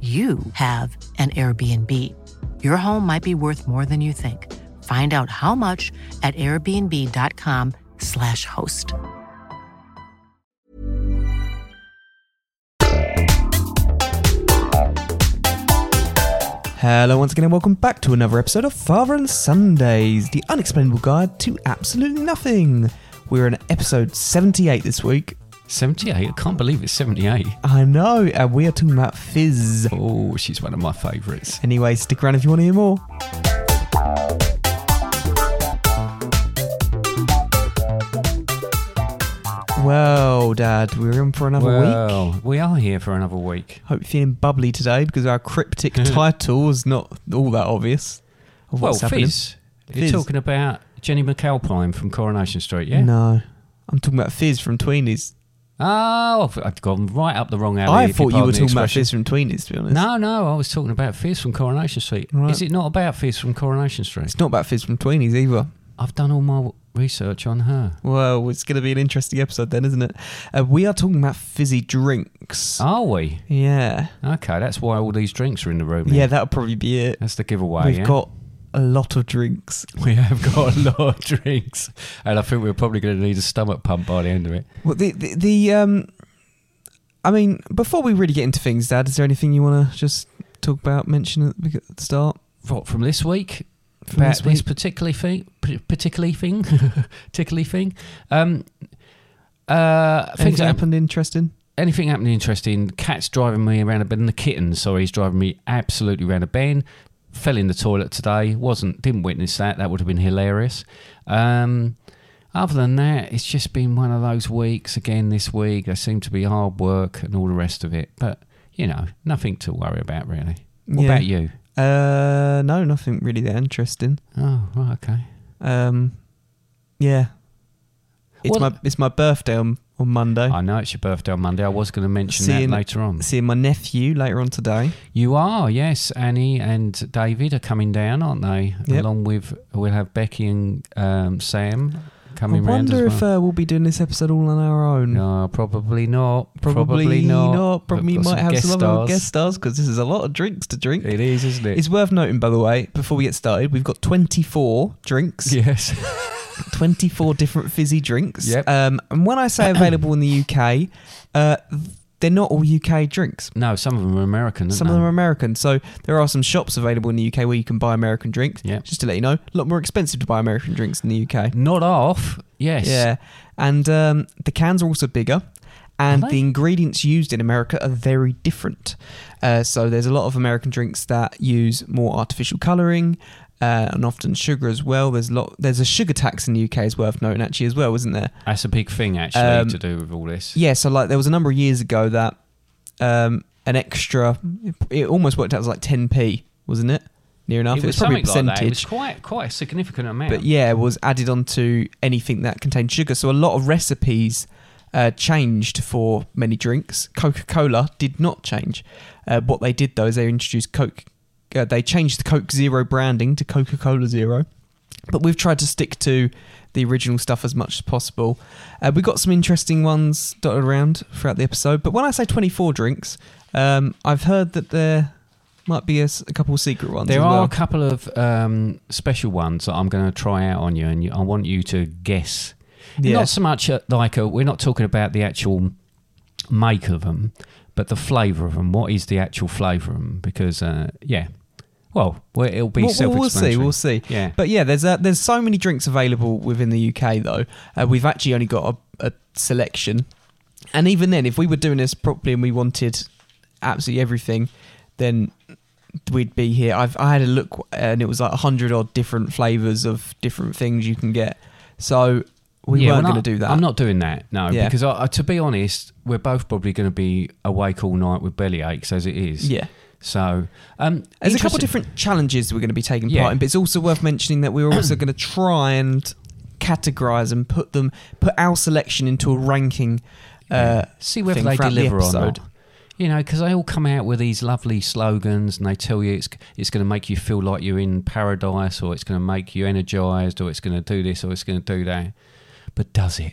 you have an Airbnb. Your home might be worth more than you think. Find out how much at airbnb.com/slash host. Hello, once again, and welcome back to another episode of Father and Sundays, the unexplainable guide to absolutely nothing. We're in episode 78 this week. 78? I can't believe it's 78. I know, and we are talking about Fizz. Oh, she's one of my favourites. Anyway, stick around if you want to hear more. Well, Dad, we're in for another week. Well, we are here for another week. Hope you're feeling bubbly today because our cryptic title is not all that obvious. Of well, what's happening. Fizz, you're Fizz. talking about Jenny McAlpine from Coronation Street, yeah? No, I'm talking about Fizz from Tweenies. Oh, I've- I've gone right up the wrong alley. I if thought you pardon were the talking about expression. Fizz from Tweenies, to be honest. No, no, I was talking about Fizz from Coronation Street. Right. Is it not about Fizz from Coronation Street? It's not about Fizz from Tweenies either. I've done all my w- research on her. Well, it's going to be an interesting episode then, isn't it? Uh, we are talking about fizzy drinks. Are we? Yeah. Okay, that's why all these drinks are in the room. Yeah, now. that'll probably be it. that's the giveaway. We've yeah? got a lot of drinks. We have got a lot of drinks, and I think we're probably going to need a stomach pump by the end of it. Well, the, the, the um, I mean, before we really get into things, Dad, is there anything you want to just talk about, mention at the beg- at the start? What from this week? From about this this, week? particularly thing, p- particularly thing, particularly thing. Um, uh, things Anything that happened. happened interesting? Anything happened interesting? Cat's driving me around a bend. The kitten, sorry, he's driving me absolutely around a bend. Fell in the toilet today. wasn't Didn't witness that. That would have been hilarious. Um, other than that, it's just been one of those weeks again this week. There seemed to be hard work and all the rest of it, but you know, nothing to worry about really. What Yeah. about you? Uh, no, nothing really that interesting. Oh, right, okay. Um, yeah. It's Well- my it's my birthday on, on Monday. I know it's your birthday on Monday. I was going to mention Seeing- that later on. Seeing my nephew later on today. You are, yes. Annie and David are coming down, aren't they? Yep. Along with, we'll have Becky and um, Sam coming I round wonder as if well. uh, we'll be doing this episode all on our own. no, probably not. Probably, not. Probably We've got might have guest some other stars. guest stars because this is a lot of drinks to drink. It is, isn't it? It's worth noting, by the way, before we get started, we've got 24 drinks, yes. 24 different fizzy drinks. Yep. Um, and when I say available in the UK, uh, they're not all UK drinks. no, some of them are American. Some of them are American. So there are some shops available in the UK where you can buy American drinks. Yep. Just to let you know, a lot more expensive to buy American drinks in the UK. not off. Yes. Yeah, and um, the cans are also bigger, and Are they? the ingredients used in America are very different. Uh, so there's a lot of American drinks that use more artificial colouring. Uh, and often sugar as well. There's a lot. There's a sugar tax in the UK is worth noting actually as well, isn't there? That's a big thing actually Um, to do with all this. Yeah. So like there was a number of years ago that um, an extra, it almost worked out as like 10p, wasn't it? Near enough. it was probably a something like that. It percentage. was quite quite a significant amount. but yeah, was added onto anything that contained sugar. So a lot of recipes uh, changed for many drinks. Coca Cola did not change. Uh, what they did though is they introduced Coke. Uh, they changed the Coke Zero branding to Coca Cola Zero. But we've tried to stick to the original stuff as much as possible. Uh, we got some interesting ones dotted around throughout the episode. But when I say 24 drinks, um, I've heard that there might be a, s- a couple of secret ones. There as are well. a couple of um, special ones that I'm going to try out on you, and you, I want you to guess. Yeah. Not so much uh like a, we're not talking about the actual make of them, but the flavour of them. What is the actual flavour of them? Because uh, yeah, well, well, it'll be We'll- we'll, we'll self-explanatory. see. We'll see. Yeah. But yeah, there's uh there's so many drinks available within the UK though. Uh, we've actually only got a, a selection, and even then, if we were doing this properly and we wanted absolutely everything, then we'd be here. I've I had a look and it was like hundred odd different flavors of different things you can get. So we Yeah, weren't we're going to not- do that. I'm not doing that. No, Yeah. because I, I, to be honest, we're both probably going to be awake all night with belly aches as it is. Yeah. So um, There's a couple interesting- of different challenges we're going to be taking Yeah. part in, but it's also worth mentioning that we're also going to try and categorize and put them, put our selection into a ranking. Uh, see whether thing they throughout the deliver or episode. not. You know, because they all come out with these lovely slogans, and they tell you it's it's going to make you feel like you're in paradise, or it's going to make you energized, or it's going to do this, or it's going to do that. But does it?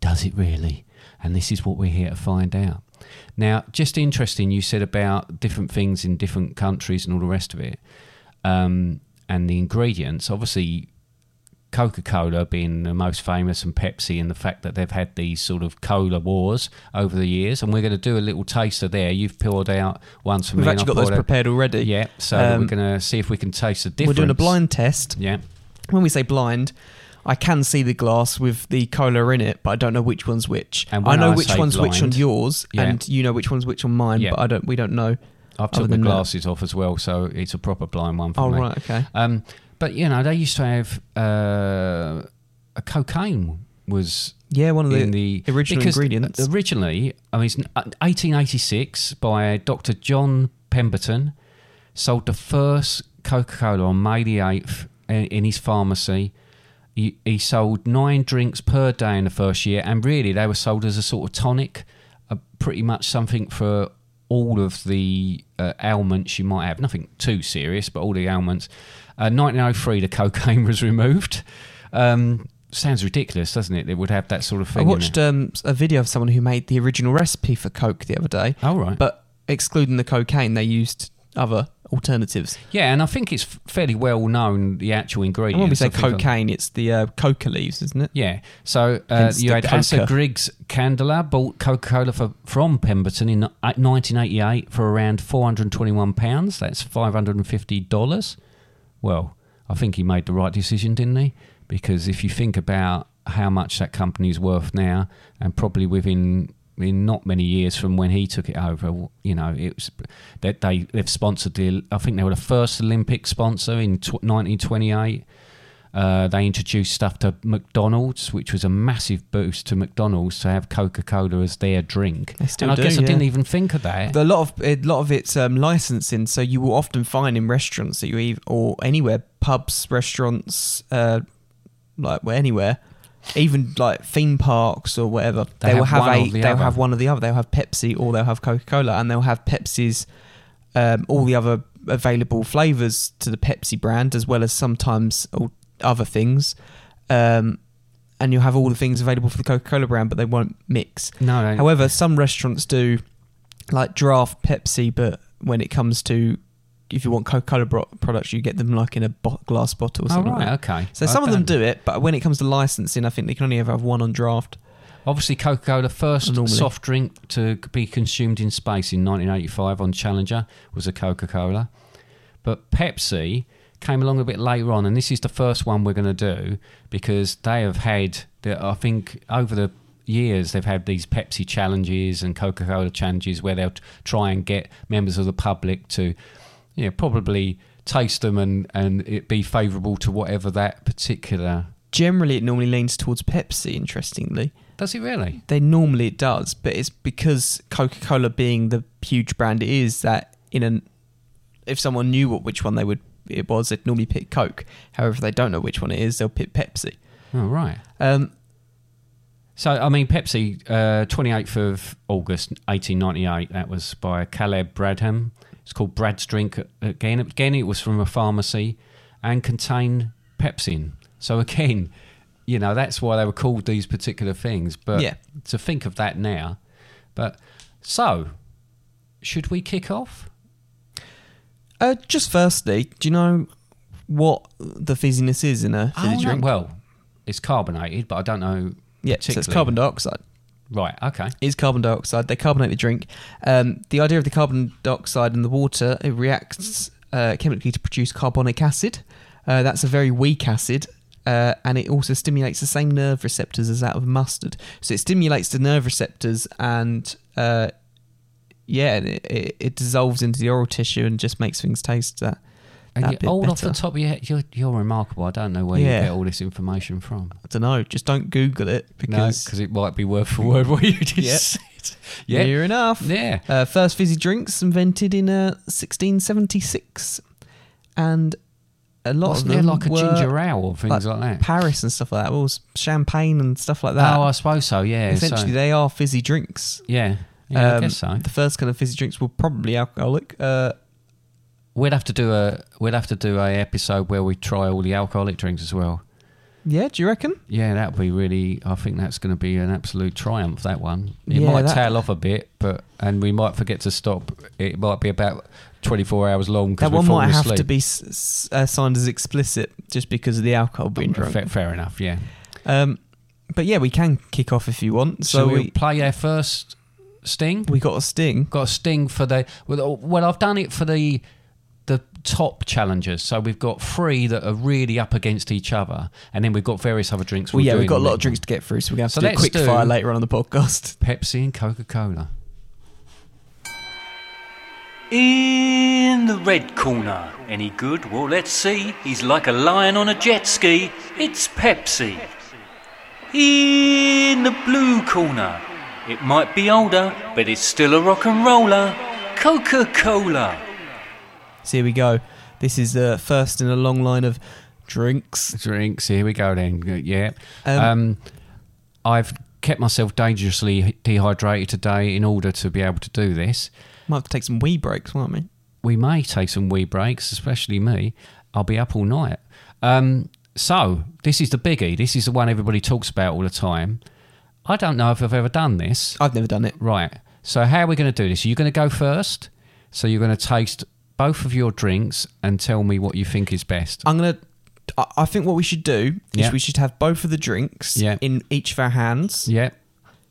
Does it really? And this is what we're here to find out. Now, just interesting, you said about different things in different countries and all the rest of it, um, and the ingredients. Obviously, Coca Cola being the most famous and Pepsi and the fact that they've had these sort of cola wars over the years. And we're going to do a little taster there. You've poured out one for We've me. and actually got I've those poured out- prepared already. Yeah, so Um, we're going to see if we can taste the We're difference. doing a blind test. Yeah. When we say blind, I can see the glass with the cola in it, but I don't know which one's which. And I when know I which say one's which on blind- yours, Yeah. and you know which one's which on mine, Yeah. but I don't. We don't know. I've Other took my than that. glasses off as well, so it's a proper blind one for Oh me. right, okay. Um, but, you know, they used to have uh, a cocaine was Yeah, one of the, in the original because ingredients. Originally, I mean, it's 1886 by Dr. John Pemberton sold the first Coca-Cola on May the 8th in, in his pharmacy. He, he sold nine drinks per day in the first year, and really they were sold as a sort of tonic, uh, pretty much something for all of the uh, ailments you might have. Nothing too serious, but all the ailments. Uh, 1903, the cocaine was removed. Um, sounds ridiculous, doesn't it? It would have that sort of I thing. in watched um, a video of someone who made the original recipe for Coke the other day. it. All right. but excluding the cocaine, they used other alternatives. Yeah, and I think it's fairly well known the actual And ingredients. when we say I think- cocaine, it's the uh, coca leaves, isn't it? Yeah, so uh, Hence you the had Coca. Asa Griggs Candela bought Coca Cola for, from Pemberton in 1988 for around 421 pounds. That's 550 dollars. Well, I think he made the right decision, didn't he? Because if you think about how much that company's worth now, and probably within in not many years from when he took it over, you know, it was that they they've sponsored the. I think they were the first Olympic sponsor in tw 1928. Uh, they introduced stuff to McDonald's, which was a massive boost to McDonald's to have Coca Cola as their drink. They still and I do, guess I yeah. didn't even think of that. A lot of a lot of it's um, licensing, so you will often find in restaurants that you eat or anywhere, pubs, restaurants, uh, like well, anywhere, even like theme parks or whatever. They will have have one a or the they'll other. have one or the other. They'll have Pepsi or they'll have Coca Cola, and they'll have Pepsi's um, all the other available flavors to the Pepsi brand, as well as sometimes all other things. Um, and you'll have all the things available for the Coca Cola brand, but they won't mix. no, no. However, some restaurants do like draft Pepsi, but when it comes to if you want Coca-Cola bro- products, you get them like in a bo- glass bottle or oh, something. right, like that. okay. So I some of them don't- do it, but when it comes to licensing, I think they can only ever have one on draft. Obviously, Coca Cola, first Normally. soft drink to be consumed in space in 1985 on Challenger, was a Coca Cola. But Pepsi came along a bit later on, and this is the first one we're going to do because they have had, the, I think, over the years, they've had these Pepsi challenges and Coca Cola challenges where they'll t- try and get members of the public to, you know, probably taste them and, and it be favourable to whatever that particular. Generally, it normally leans towards Pepsi. Interestingly, Does it really? they normally it does, but it's because Coca-Cola being the huge brand it is that in an if someone knew what which one they would it was, they'd normally pick Coke. However, if they don't know which one it is, they'll pick Pepsi. Oh, right. Um, So, I mean, Pepsi, uh, 28th of August 1898, that was by Caleb Bradham. It's called Brad's Drink. Again, again, it was from a pharmacy and contained pepsin. So, again, you know, that's why they were called these particular things. But Yeah. to think of that now. But so, should we kick off? Uh, just firstly, do you know what the fizziness is in a fizzy Oh, no. drink? Well, it's carbonated, but I don't know. yeah, so it's particularly. carbon dioxide. Right. Okay. is carbon dioxide. They carbonate the drink. Um, the idea of the carbon dioxide and the water it reacts uh, chemically to produce carbonic acid. Uh, that's a very weak acid, uh, and it also stimulates the same nerve receptors as that of mustard. So it stimulates the nerve receptors, and uh, yeah, it, it, it dissolves into the oral tissue and just makes things taste that. And that you're bit old off the better. top of your head. You're, you're remarkable. I don't know where Yeah. you get all this information from. I don't know. Just don't Google it No, because because it might be word for word what you just Yep. said. Yeah. near enough. Yeah. Uh, first fizzy drinks invented in uh, 1676, and a lot Wasn't of there them like a were ginger ale or things like, that? Paris and stuff like that. Well, s- champagne and stuff like that. oh, I suppose so. Yeah. so- Essentially, they are fizzy drinks. yeah. Yeah, I Um, guess so. The first kind of fizzy drinks were probably alcoholic. Uh, We'd have to do a we'd have to do a episode where we try all the alcoholic drinks as well. yeah, do you reckon? Yeah, that'd be really. I think that's going to be an absolute triumph. That one. It Yeah, might that- tail off a bit, but and we might forget to stop. It might be about twenty four hours long. 'cause That we've one might fallen have to asleep. be s- s- uh, signed as explicit just because of the alcohol being drunk. Fair, fair enough. Yeah. Um, but yeah, we can kick off if you want. So, So we we, play our first sting. we got a sting. Got a sting for the well. well, I've done it for the the top challengers. So we've got three that are really up against each other, and then we've got various other drinks. Well, we'll yeah, do we've in got a lot minute. of drinks to get through, so we're going to So have to do let's a quick do- fire later on in the podcast. Pepsi and Coca Cola. In the red corner. Any good? Well, let's see. He's like a lion on a jet ski. It's Pepsi. In the blue corner. It might be older, but it's still a rock and roller. Coca Cola. So here we go. This is the first in a long line of drinks. Drinks. Here we go then. Yeah. Um, Um, I've kept myself dangerously dehydrated today in order to be able to do this. Might have to take some wee breaks, won't we? We may take some wee breaks, especially me. I'll be up all night. Um, so this is the biggie. This is the one everybody talks about all the time. I don't know if I've ever done this. I've never done it. Right. So how are we going to do this? You're going to go first. So you're going to taste both of your drinks and tell me what you think is best. I'm gonna. I I think what we should do is Yeah. we should have both of the drinks Yeah. in each of our hands. Yep.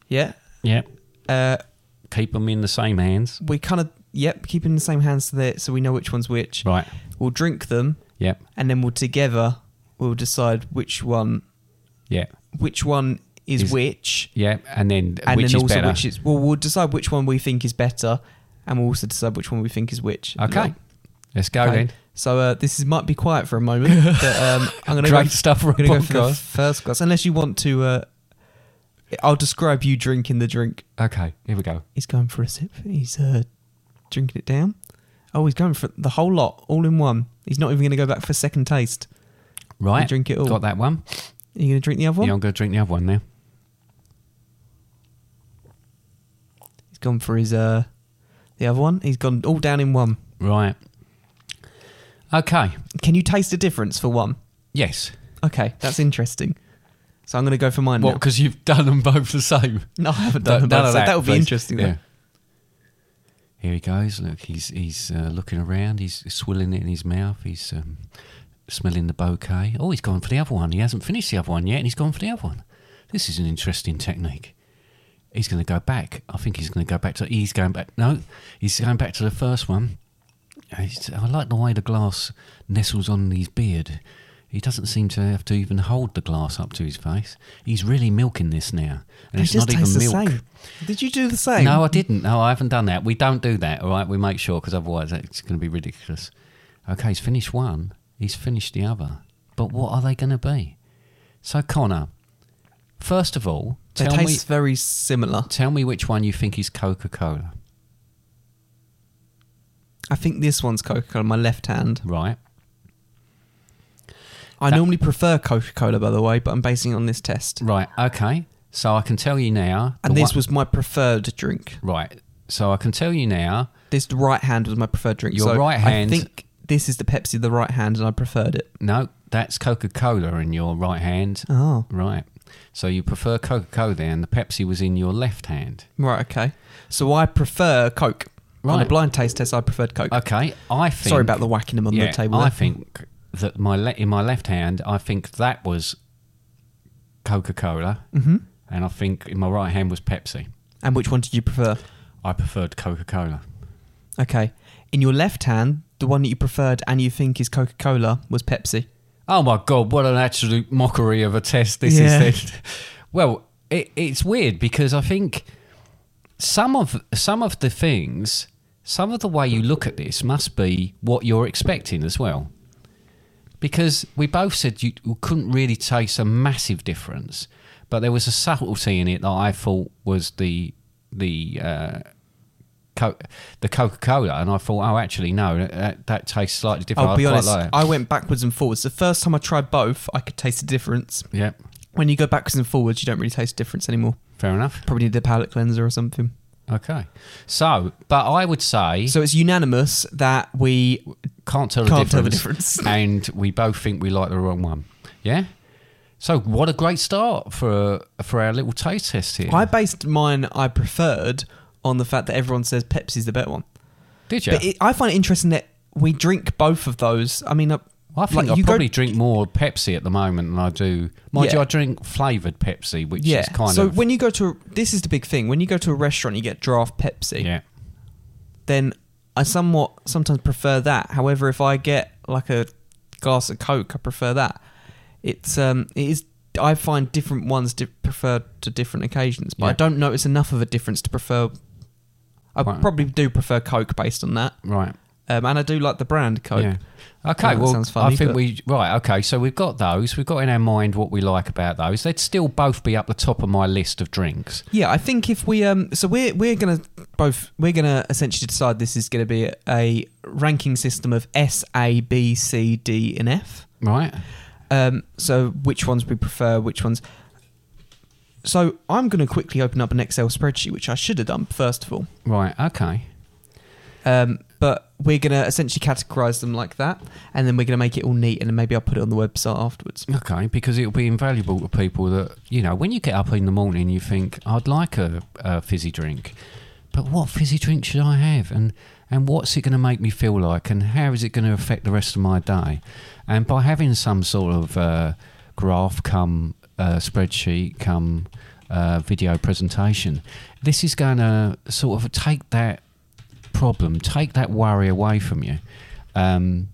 Yeah. Yep. Uh, Keep them in the same hands. we kind of yep keep in the same hands so that so we know which one's which. Right. We'll drink them Yep. and then we'll together we'll decide which one Yep. which one is, Is- which. Yep. And then and which then is also better. which is well we'll decide which one we think is better and we'll also decide which one we think is which okay. Let's go Okay. then. so uh, this is, might be quiet for a moment but um, i'm gonna Great go, stuff for a I'm gonna go for the podcast. first glass unless you want to uh, i'll describe you drinking the drink Okay. Here we go. he's going for a sip he's uh, drinking it down oh he's going for the whole lot all in one he's not even gonna go back for a second taste Right. drink it all. Got that one. are you gonna drink the other one Yeah, I'm going to drink the other one now. he's gone for his uh, the other one he's gone all down in one Right. Okay. can you taste the difference for one Yes. Okay, that's interesting. So I'm going to go for mine What? now. Because you've done them both the same. No, I haven't done None that. of So that would be please. interesting. though. Yeah. Here he goes. Look, he's he's uh, looking around. He's swilling it in his mouth. He's um, smelling the bouquet. Oh, he's gone for the other one. He hasn't finished the other one yet, and he's gone for the other one. This is an interesting technique. He's going to go back. I think he's going to go back to. He's going back. No, he's going back to the first one. He's- I like the way the glass nestles on his beard. He doesn't seem to have to even hold the glass up to his face. He's really milking this now, and They it's just not even taste the milk. same. Did you do the same? No, I didn't. No, I haven't done that. We don't do that, all right? We make sure because otherwise it's going to be ridiculous. Okay, he's finished one, he's finished the other. But what are they going to be? So, Connor, first of all, they tell me, taste very similar. tell me which one you think is Coca Cola, I think this one's Coca-Cola. My left hand. right? I That- normally prefer Coca-Cola, by the way, but I'm basing it on this test. Right, okay. So, I can tell you now. the And this one- was my preferred drink. Right. So, I can tell you now. This the right hand was my preferred drink. Your so right hand- I think this is the Pepsi, the right hand, and I preferred it. No, that's Coca Cola in your right hand. Oh, Right. So, you prefer Coca Cola there, and the Pepsi was in your left hand. right, okay. So I prefer Coke. On a Right. blind taste test, I preferred Coke. Okay, I think. Sorry about the whacking them on yeah, the table. I there. think that Mm-hmm. my le- in my left hand, I think that was Coca Cola, and I think in my right hand was Pepsi. And which one did you prefer? I preferred Coca Cola. Okay. In your left hand, the one that you preferred and you think is Coca Cola was Pepsi. Oh my god, what an absolute mockery of a test this Yeah. is. Then. Well, it, it's weird because I think some of some of the things, some of the way you look at this must be what you're expecting as well. Because we both said you, you couldn't really taste a massive difference, but there was a subtlety in it that I thought was the the uh, co- the Coca Cola, and I thought, oh, actually no, that, that tastes slightly different. I'll be quite honest, like it. I went backwards and forwards. The first time I tried both, I could taste the difference. yeah, When you go backwards and forwards, you don't really taste the difference anymore. fair enough. Probably need a palate cleanser or something. Okay. So, but I would say So it's unanimous that we can't tell Can't tell the the difference. difference. and we both think we like the wrong one. Yeah. So what a great start for for our little taste test here. I based mine I preferred on the fact that everyone says Pepsi's the better one. Did you? But it, I find it interesting that we drink both of those. I mean, uh, I think like, I you go- probably drink more Pepsi at the moment than I do. Mind Yeah. you, I drink flavored Pepsi, which yeah. is kind so of when you go to this is the big thing. When you go to a restaurant, you get draft Pepsi. yeah. Then I somewhat sometimes prefer that. However, if I get like a glass of Coke, I prefer that. It's um, it is. I find different ones di- preferred to different occasions, but I Yeah. don't notice enough of a difference to prefer. I Right. probably do prefer Coke based on that, Right. um, and I do like the brand Coke. Yeah. Okay, Oh, that well, sounds funny, I think but- we right. Okay, so we've got those. We've got in our mind what we like about those. They'd still both be up the top of my list of drinks. Yeah, I think if we um, so we're we're gonna both we're gonna essentially decide this is gonna be a, ranking system of S, A, B, C, D, and F. Right. Um, so which ones we prefer, which ones. So I'm gonna quickly open up an Excel spreadsheet, which I should have done first of all. Right. Okay. Um, but we're gonna essentially categorize them like that, and then we're gonna make it all neat, and then maybe I'll put it on the website afterwards. Okay, because it'll be invaluable to people that, you know, when you get up in the morning, you think, I'd like a, a fizzy drink, but what fizzy drink should I have? And, and what's it going to make me feel like? And how is it going to affect the rest of my day? And by having some sort of uh, graph come uh, spreadsheet come uh, video presentation, this is going to sort of take that problem, take that worry away from you. Um,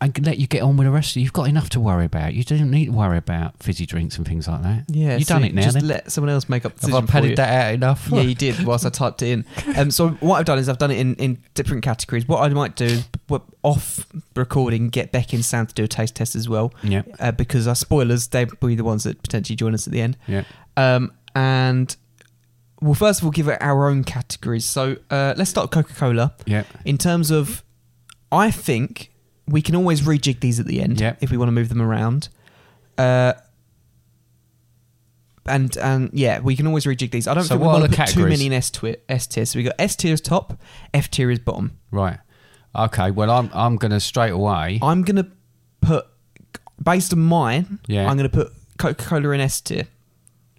and can let you get on with the rest of it. You've got enough to worry about. You don't need to worry about fizzy drinks and things like that. Yeah, You've so done it now Just then. let someone else make up the decision for Have I you. padded that out enough? Yeah, you did whilst I typed it in. Um, so what I've done is I've done it in, in different categories. What I might do is w- off recording, get Beck and Sam to do a taste test as well, Yeah. uh, because our spoilers they'll be the ones that potentially join us at the end. Yeah. Um, and well, first of all, give it our own categories. So uh, let's start Coca Cola. Yeah. In terms of, I think we can always rejig these at the end Yep. if we want to move them around. Uh, and and yeah, we can always rejig these. I don't So think we what are want to the put too categories? many in S tier. S tier. So we got S tier is top, F tier is bottom. Right. Okay. Well, I'm I'm gonna straight away. I'm gonna put based on mine. Yeah. I'm gonna put Coca Cola in S tier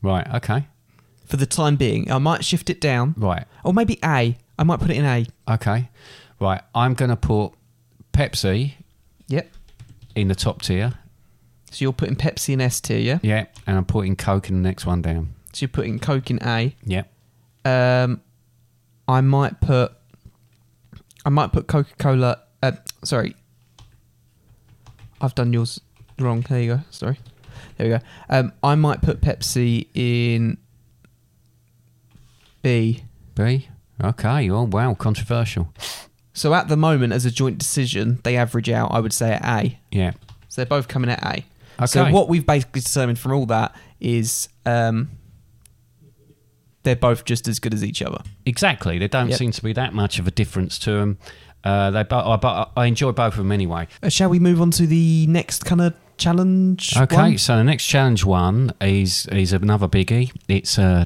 Right. Okay. for the time being. I might shift it down, Right. or Oh, maybe A. I might put it in A. Okay. Right. I'm gonna put Pepsi Yep. in the top tier. So you're putting Pepsi in S tier, yeah. Yeah. And I'm putting Coke in the next one down. So you're putting Coke in A. Yeah. um, I might put I might put Coca Cola. Uh, sorry, I've done yours wrong. There you go. Sorry. There we go. Um, I might put Pepsi in B. B. Okay. Oh wow. Controversial. So at the moment, as a joint decision, they average out. I would say at A. Yeah. So they're both coming at A. So Okay. what we've basically determined from all that is um, they're both just as good as each other. Exactly. There don't Yep. seem to be that much of a difference to them. Uh, they, bo- I, bo- I enjoy both of them anyway. Uh, shall we move on to the next kind of challenge? Okay, one? so the next challenge one is is another biggie. It's uh,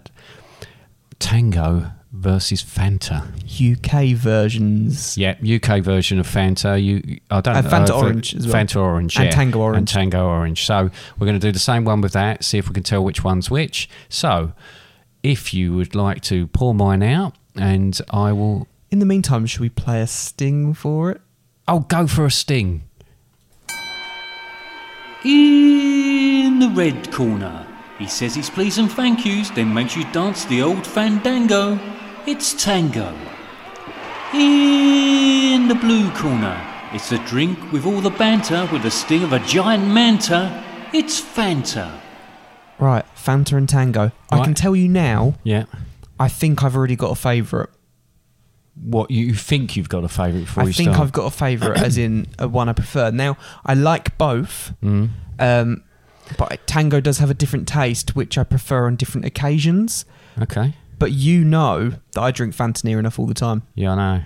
Tango versus Fanta. UK versions. Yeah, UK version of Fanta. You, I don't And know. Fanta if it- Orange as well. Fanta Orange And yeah. Tango And Orange. Tango Orange. So we're going to do the same one with that. See if we can tell which one's which. So, if you would like to pour mine out, and I will. In the meantime, should we play a sting for it? I'll oh, go for a sting. In the red corner, He says his please and thank yous, then makes you dance the old fandango. It's tango. In the blue corner, it's a drink with all the banter with the sting of a giant manta. It's Fanta. Right, Fanta and Tango. I Right. can tell you now, Yeah. I think I've already got a favourite. What you think you've got a favourite before I you think start? I've got a favourite, as in a one I prefer. Now, I like both, Mm. um, but Tango does have a different taste, which I prefer on different occasions. Okay. But you know that I drink Fanta near enough all the time. Yeah, I know.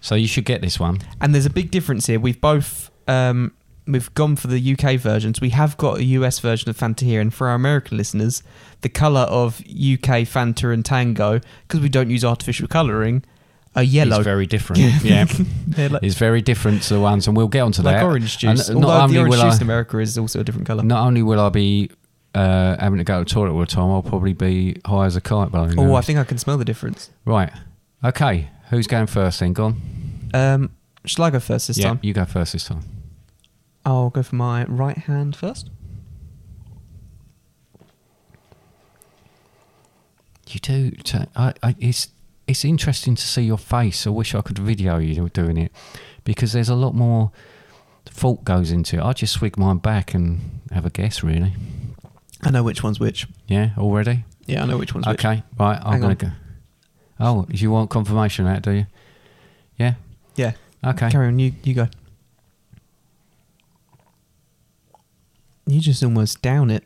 So you should get this one. And there's a big difference here. We've both um, we've gone for the UK versions. We have got a US version of Fanta here, and for our American listeners, the colour of UK Fanta and Tango, because we don't use artificial colouring, are yellow. It's very different. yeah. They're like, It's very different to the ones, and we'll get onto like that. orange And juice. not Although only the orange will juice in I, America is also a different colour. not only will I be uh, having to go to the toilet all the time, I'll probably be high as a kite. By Oh, I think I can smell the difference. right. Okay. Who's going first? Then gone. Um, shall I go first this yeah, time? you go first this time. I'll go for my right hand first. You do. T- I, I, it's it's interesting to see your face. I wish I could video you doing it because there's a lot more thought goes into it. I just swig mine back and have a guess, really. I know which one's which. Yeah, already. Yeah, I know which one's okay, right. I'm Hang gonna on. go. Oh, you want confirmation of that, do you? which. Yeah. Yeah. Okay. Carry on. You you go. You just almost down it.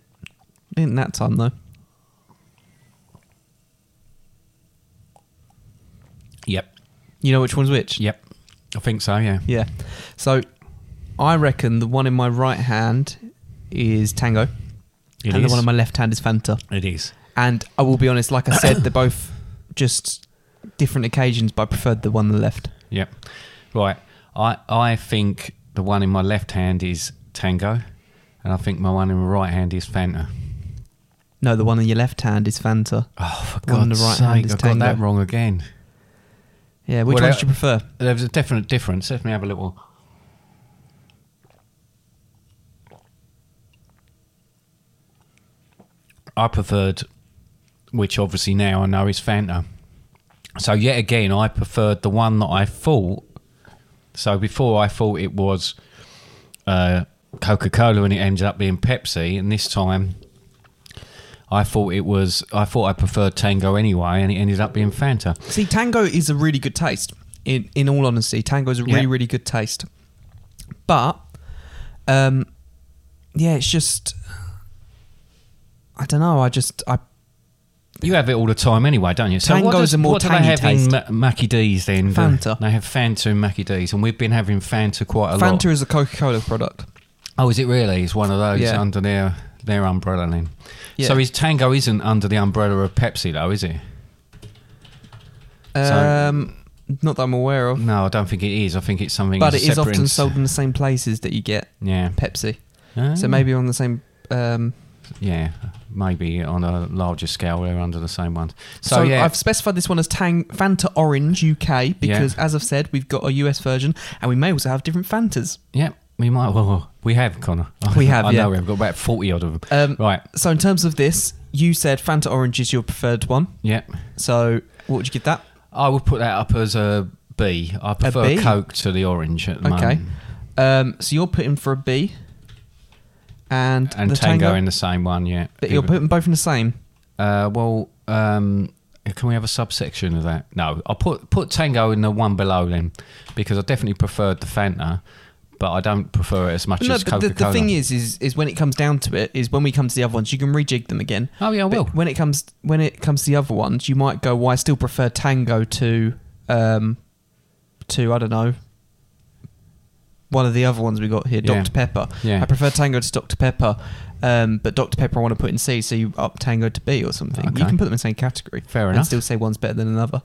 Didn't that time though. Yep. You know which one's which. Yep. I think so. Yeah. Yeah. So, I reckon the one in my right hand is Tango, It and is. the one on my left hand is Fanta. it is. And I will be honest, like I said, they're both just different occasions, but I preferred the one on the left. Yep. Right. I I think the one in my left hand is Tango, and I think my one in my right hand is Fanta. No, the one on your left hand is Fanta. Oh, for The one on the God's right sake! hand is I got that Tango. wrong again. Yeah, which Well, one uh, do you prefer? There's a definite difference. Let me have a little. I preferred, which obviously now I know is Fanta. So yet again, I preferred the one that I thought. So before I thought it was uh, Coca Cola, and it ended up being Pepsi. And this time, I thought it was. I thought I preferred Tango anyway, and it ended up being Fanta. See, tango is a really good taste. In in all honesty, tango is a really Yeah. really good taste. But, um, yeah, it's just I don't know. I just I You have it all the time anyway, don't you? So what Tango's does, a more what do they tangy have taste. in Ma- Mackie D's then? Fanta. They have Fanta and Mackie D's, and we've been having Fanta quite a lot. Fanta is a Coca Cola product. oh, is it really? It's one of those Yeah. under their their umbrella then. Yeah. So his Tango isn't under the umbrella of Pepsi though, is it? So- Um, not that I'm aware of, No, I don't think it is. I think it's something. but it it's is separate often ins- sold in the same places that you get Yeah. Pepsi. Ah. So maybe on the same. Um, Yeah, maybe on a larger scale they're under the same ones. So, so yeah, I've specified this one as Tang Fanta Orange UK because, as I've said, we've got a US version, and we may also have different Fantas. yeah, we might. Well, we have Connor. We have, I yeah. know we've got about forty odd of them. Um, right. So in terms of this, you said Fanta Orange is your preferred one. Yeah. So what would you give that? I would put that up as a B. I prefer B? Coke to the orange at the Okay. moment. Um, so you're putting for a B, and, And the Tango, in the same one, yeah. But you're putting both in the same. uh, well, um, can we have a subsection of that? No, I'll put put Tango in the one below then, because I definitely preferred the Fanta, but I don't prefer it as much no, as but the, Coca the Cola. thing is, is, is when it comes down to it, is when we come to the other ones, you can rejig them again. oh yeah, I But will. When it comes, when it comes to the other ones, you might go, "Well, I still prefer Tango to, um, to I don't know." One of the other ones we got here, Yeah. Dr Pepper. Yeah. I prefer Tango to Dr Pepper, um, but Dr Pepper I want to put in C, so you up Tango to B or something. Okay. You can put them in the same category. Fair and enough. Still say one's better than another.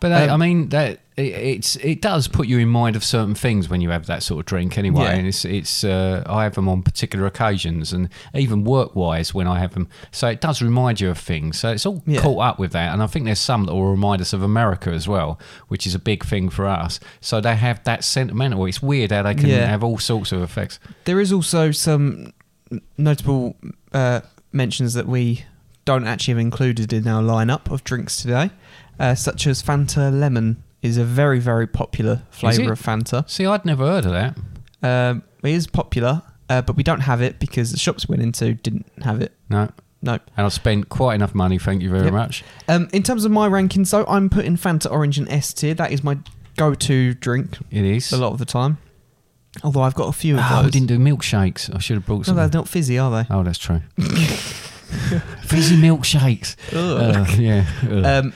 But that, Um, I mean, that it, it's it does put you in mind of certain things when you have that sort of drink, anyway. Yeah. And it's it's uh, I have them on particular occasions, and even work wise when I have them, so it does remind you of things. So it's all Yeah. caught up with that, and I think there's some that will remind us of America as well, which is a big thing for us. So they have that sentimental. It's weird how they can Yeah. have all sorts of effects. There is also some notable uh, mentions that we don't actually have included in our lineup of drinks today, uh, such as Fanta Lemon is a very, very popular it? flavour of Fanta. See, I'd never heard of that. Um, it is popular, uh, but we don't have it because the shops we went into didn't have it. No. Nope. And I've spent quite enough money, thank you very Yep. much. Um, in terms of my rankings, though, I'm putting Fanta Orange and S tier. That is my go-to drink It is. a lot of the time. Although I've got a few of Oh, those. we didn't do milkshakes. I should have brought no, some. they're not fizzy, are they? Oh, that's true. Fizzy milkshakes. Ugh. Ugh, yeah. ugh. Um,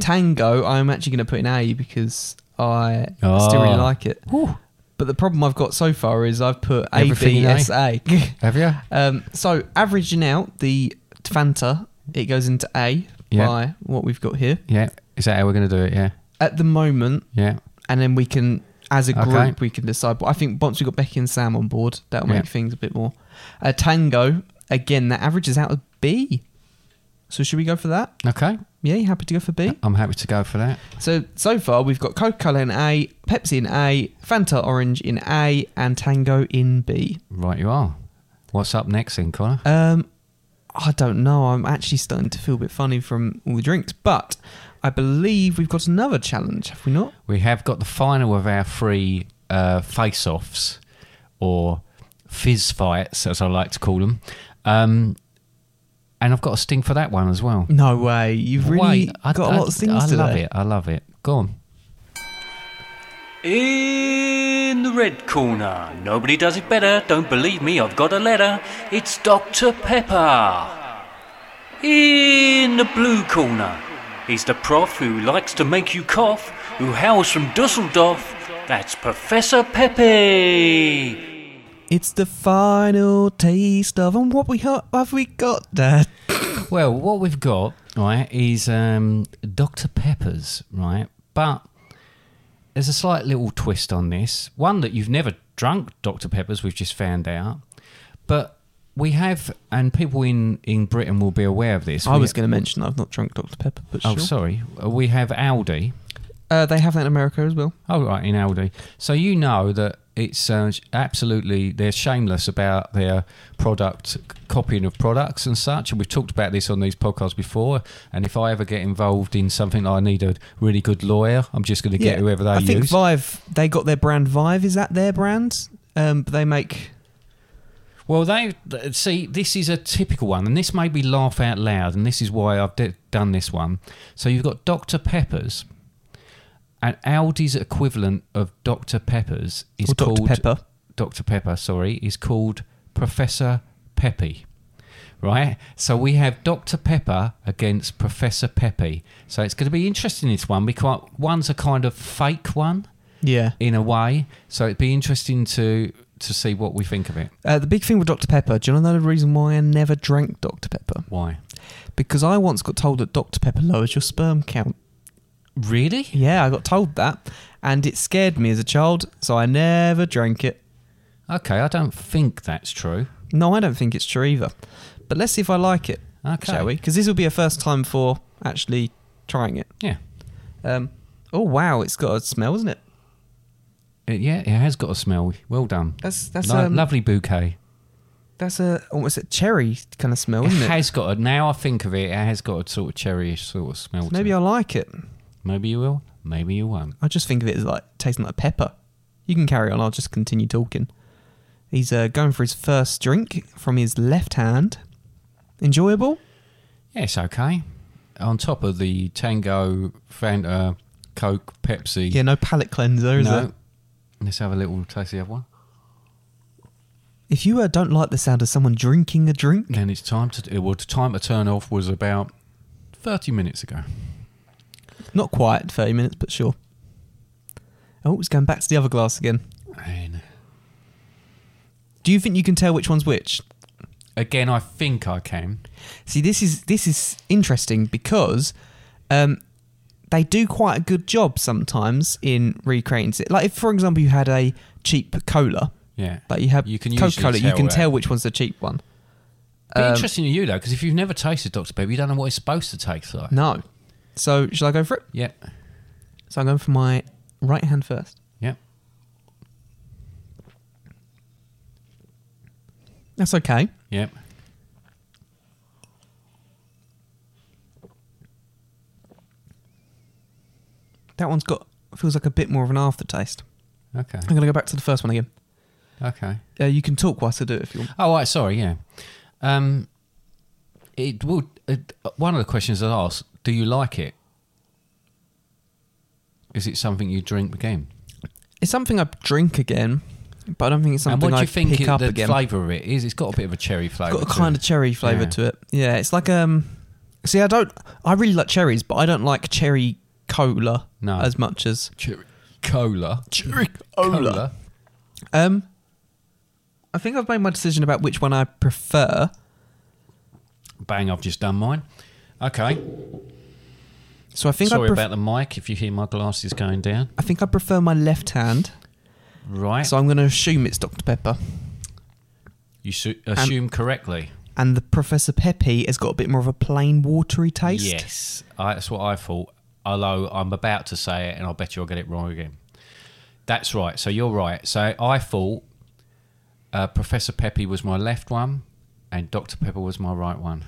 Tango, I'm actually going to put an A because I still Ah. really like it. Whew. But the problem I've got so far is I've put A Everything B in A? S A. Have you? Um, so averaging out the Fanta, it goes into A Yeah. by what we've got here Yeah. Is that how we're going to do it? Yeah. at the moment, Yeah. and then we can, as a group, Okay. we can decide. But I think once we've got Becky and Sam on board, that'll Yeah. make things a bit more. Uh, Tango, again, that averages out a B. So should we go for that? Okay. Yeah, you happy to go for B? I'm happy to go for that. So so far we've got Coca Cola in A, Pepsi in A, Fanta Orange in A, and Tango in B. Right, you are. What's up next then, Connor? Um, I don't know. I'm actually starting to feel a bit funny from all the drinks, but I believe we've got another challenge, have we not? We have got the final of our three uh, face offs or fizz fights, as I like to call them. Um, and I've got a sting for that one as well. No way. You've really Wait, got a lot of things I today. love it. I love it. Go on. In the red corner, nobody does it better. Don't believe me, I've got a letter. It's Dr. Pepper. In the blue corner, he's the prof who likes to make you cough, who howls from Dusseldorf. That's Professor Pepe. It's the final taste of, and what we ha- have we got, Dad? Well, what we've got, right, is um, Dr. Peppers, right? But there's a slight little twist on this. One that you've never drunk Dr. Peppers, we've just found out. But we have, and people in, in Britain will be aware of this. I We- was going to mention I've not drunk Dr Pepper, but Oh, sure. sorry. Uh, We have Aldi. Uh, they have that in America as well. Oh, right, in Aldi. So you know that it's uh, sh- absolutely, they're shameless about their product, c- copying of products and such. And we've talked about this on these podcasts before. And if I ever get involved in something that I need a really good lawyer, I'm just going to get whoever they I think use. Vive. They got their brand Vive. Is that their brand? Um, but they make. Well, they th- see this is a typical one, and this made me laugh out loud, and this is why I've d- done this one. So you've got Dr Pepper's, and Aldi's equivalent of Dr Pepper's is Or Dr. called Pepper. Dr Pepper, sorry, is called Professor Peppy. Right, so we have Dr Pepper against Professor Peppy. So it's going to be interesting this one because one's a kind of fake one Yeah. in a way. So it'd be interesting to to see what we think of it. Uh, the big thing with Dr Pepper. Do you know the reason why I never drank Dr Pepper? Why? Because I once got told that Dr Pepper lowers your sperm count. Really? Yeah, I got told that, and it scared me as a child, so I never drank it. Okay, I don't think that's true. No, I don't think it's true either. But let's see if I like it. Okay. Shall we? Because this will be a first time for actually trying it. Yeah. Um, oh wow, it's got a smell, isn't it? It, yeah, it has got a smell. Well done. That's that's Lo- um, lovely bouquet. That's a almost a cherry kind of smell, It Oh, isn't it? has got a. Now I think of it, it has got a sort of cherryish sort of smell. to Maybe it. I like it. Maybe you will. Maybe you won't. I just think of it as like tasting like pepper. You can carry on. I'll just continue talking. He's uh, going for his first drink from his left hand. Enjoyable. Yeah, it's okay. On top of the Tango, Fanta, Coke, Pepsi. Yeah, no palate cleanser, is no. there? Let's have a little taste of the other one. If you uh, don't like the sound of someone drinking a drink, Then it's time to. Well, the time to turn off was about 30 minutes ago. not quite thirty minutes, but sure. Oh, it's going back to the other glass again. And Do you think you can tell which one's which? again, I think I can. See, this is this is interesting because um, they do quite a good job sometimes in recreating it. Like if, for example, you had a cheap cola, Yeah. like you have You can usually Coca Cola, you tell can that. tell which one's the cheap one. Be Um, interesting to you though, because if you've never tasted Dr Pepper, you don't know what it's supposed to taste like. No, so shall I go for it? Yeah, So I'm going for my right hand first. yeah. That's okay. Yep. That one's got feels like a bit more of an aftertaste. Okay. I'm gonna go back to the first one again. Okay. Uh, you can talk whilst I do it if you want. Oh, right. Sorry. Yeah. Um, it would. It, one of the questions I asked: Do you like it? Is it something you drink again? It's something I drink again, but I don't think it's and something what do I you think pick it, up the again. flavour of it is? It's got a bit of a cherry it's flavour. got a to kind of it. cherry flavour Yeah. to it. Yeah, it's like um. See, I don't. I really like cherries, but I don't like cherry cola No. as much as cherry cola. cherry Um, I think I've made my decision about which one I prefer. Bang! I've just done mine. Okay. So I think Sorry I, pref- about the mic. If you hear my glasses going down, I think I prefer my left hand. right? So I'm going to assume it's Dr Pepper. you su- assume correctly. And the Professor Peppy has got a bit more of a plain, watery taste. Yes, I, that's what I thought. Although I'm about to say it, and I bet you'll get it wrong again. That's right. So you're right. So I thought uh, Professor Peppy was my left one, and Doctor Pepper was my right one.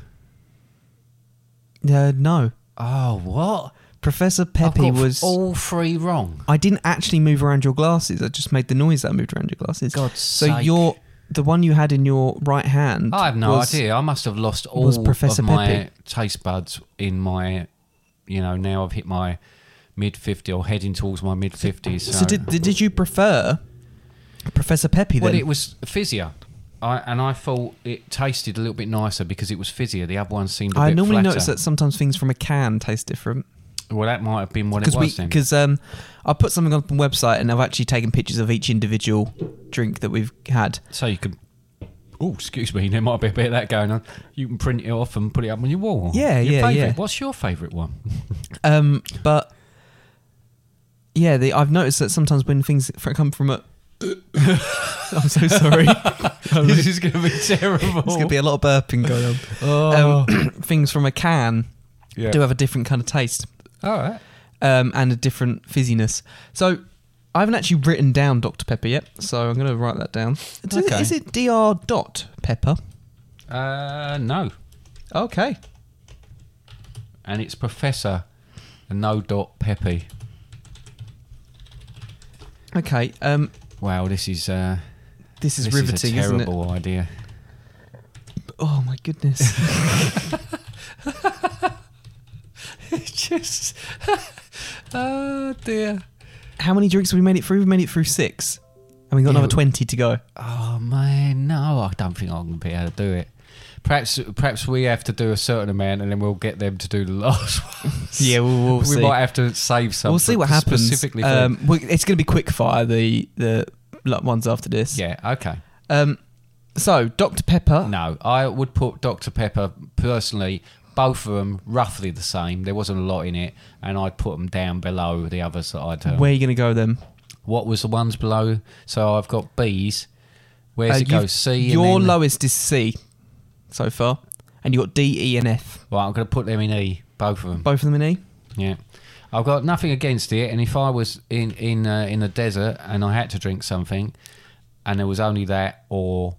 Uh, no, Oh, what? Professor I've Peppy got was. all three wrong. I didn't actually move around your glasses. I just made the noise that I moved around your glasses. God's so sake. your the one you had in your right hand. I have no was- idea. I must have lost all was Professor of my Pepe. taste buds in my, you know, now I've hit my mid 50 or heading towards my mid 50s. So, So did did did you prefer Professor Peppy then? Well, it was fizzier. I, and I thought it tasted a little bit nicer because it was fizzier. The other one seemed a I bit normally flatter. notice that sometimes things from a can taste different. Well, that might have been what it because we was then. because um, I put something up on the website and I've actually taken pictures of each individual drink that we've had. So you could. Oh, excuse me. There might be a bit of that going on. You can print it off and put it up on your wall. Yeah, your yeah, favourite. yeah. What's your favourite one? Um, but yeah, the, I've noticed that sometimes when things fr- come from a, I'm so sorry. this is going to be terrible. There's gonna be a lot of burping going on. Oh. Um, things from a can Yeah. do have a different kind of taste All right. um, and a different fizziness. So. I haven't actually written down Dr. Pepper yet, so I'm going to write that down. Is it- Okay. Is it Dr. Dot Pepper? Uh, no. Okay. And it's Professor No Dot Peppy. Okay. Um, Wow, this is uh, this is this riveting, is a isn't it? terrible idea. Oh my goodness. Just, oh dear. How many drinks have we made it through? We made it through six. And we got Yeah, another but- 20 to go. Oh man, no, I don't think I'm gonna be able to do it. Perhaps, perhaps we have to do a certain amount, and then we'll get them to do the last one. Yeah, we'll, we'll we see. might have to save some. we'll see for- what happens. Specifically, for, um, we- it's going to be quick fire, the, the like, ones after this. yeah. Okay. Um, so, Dr. Pepper. No, I would put Dr Pepper personally. Both of them roughly the same. There wasn't a lot in it, and I'd put them down below the others that I'd. Um, Where are you going to go then? What was the ones below? So I've got B's. Where's Uh, it go? you've- C. Your and then, lowest is C so far. And you got D, E, and F. Right, I'm going to put them in E. Both of them. Both of them in E? Yeah, I've got nothing against it, and if I was in in uh, in the desert and I had to drink something, and there was only that or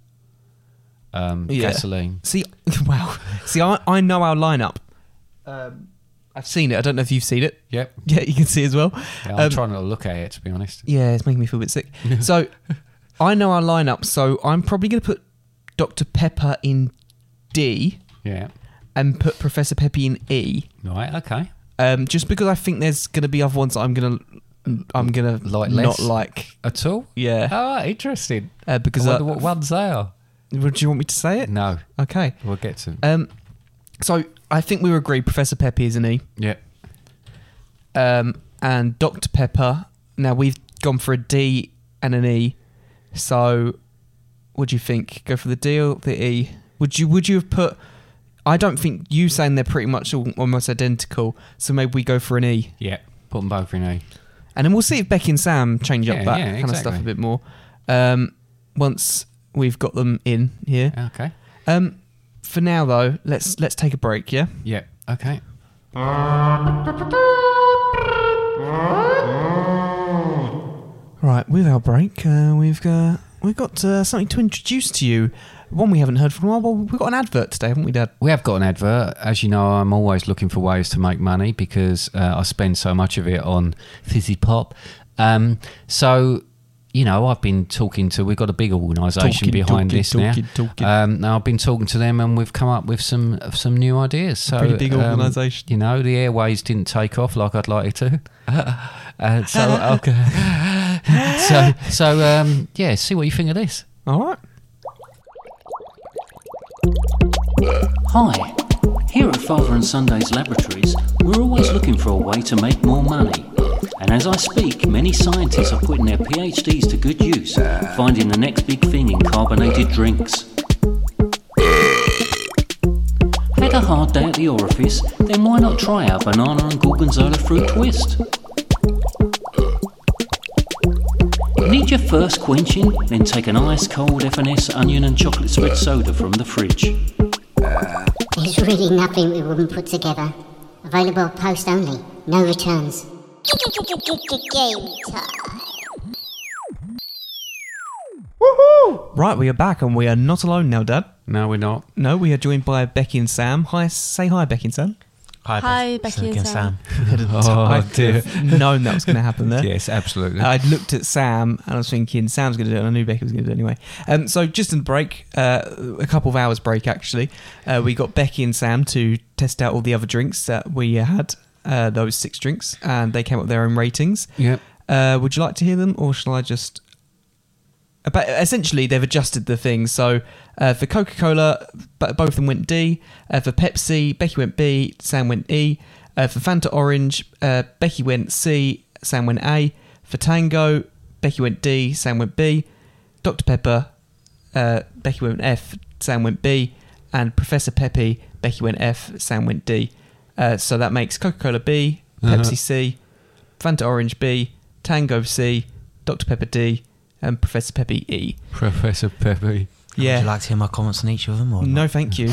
um, Yeah. gasoline, See, wow. See, I, I know our lineup. Um, I've seen it. I don't know if you've seen it. yep. Yeah, you can see as well. Yeah, I'm Um, trying not to look at it to be honest. Yeah, it's making me feel a bit sick. so I know our lineup, so I'm probably going to put Dr. Pepper in D Yeah. and put Professor Peppy in E, Right. Okay. um, just because I think there's going to be other ones that I'm going to I'm going to Like not less? like. At all? Yeah, Oh, interesting. uh, I because I, wonder what ones they are. would you want me to say it? No, Okay. we'll get to. Them. Um, so I think we agree Professor Peppy is an E, Yeah. um, and Dr. Pepper. Now we've gone for a D and an E, so what do you think? Go for the D or the E? Would you would you have put? I don't think you saying they're pretty much all, almost identical, so maybe we go for an E, Yeah. Put them both in E. and then we'll see if Becky and Sam change up Yeah, that yeah, kind of stuff a exactly. bit more. Um, once we've got them in here. Okay. Um, for now though, let's let's take a break. Yeah. Yeah. Okay. Right, with our break, uh, we've got, we've got uh, something to introduce to you. One we haven't heard from. Well, we've got an advert today, haven't we, Dad? We have got an advert. As you know, I'm always looking for ways to make money because uh, I spend so much of it on fizzy pop. Um, so, you know, I've been talking to, we've got a big organisation Talking, behind talking, this talking, now. talking. Um, now, I've been talking to them and we've come up with some some new ideas. So, pretty big um, organisation. you know, the airways didn't take off like I'd like it to. uh, so, okay. so, so um, yeah, see what you think of this. All right. Hi. Here at Father and Sunday's Laboratories, we're always looking for a way to make more money. And as I speak, many scientists are putting their PhDs to good use, finding the next big thing in carbonated drinks. Had a hard day at the orifice, then why not try our banana and gorgonzola fruit twist? Need your first quenching? Then take an ice cold F&S onion and chocolate spread soda from the fridge. There's really nothing we wouldn't put together. Available post only, no returns. Game time. Right, we are back and we are not alone now, Dad. No, we're not. No, we are joined by Becky and Sam. Hi, say hi, Becky and Sam. Hi, Hi, Beth. Becky and Sam. Oh, dear. known that was going to happen there. Yes, absolutely. I'd looked at Sam and I was thinking Sam's going to do it, and I knew Becky was going to do it anyway. Um, so just in the break, uh, a couple of hours break actually, uh, we got Becky and Sam to test out all the other drinks that we had, uh, those six drinks, and they came up with their own ratings. Yep. Uh, would you like to hear them, or shall I just? But essentially, they've adjusted the thing. So uh, for Coca Cola, both of them went D. Uh, for Pepsi, Becky went B, Sam went E. Uh, for Fanta Orange, uh, Becky went C, Sam went A. For Tango, Becky went D, Sam went B. Dr Pepper, uh, Becky went F, Sam went B. And Professor Peppy, Becky went F, Sam went D. Uh, so that makes Coca Cola B, Uh-huh. Pepsi C, Fanta Orange B, Tango C, Dr. Pepper D, and Professor Peppy E. Professor Peppy. Would you Yeah. like to hear my comments on each of them? Or No, not? thank you.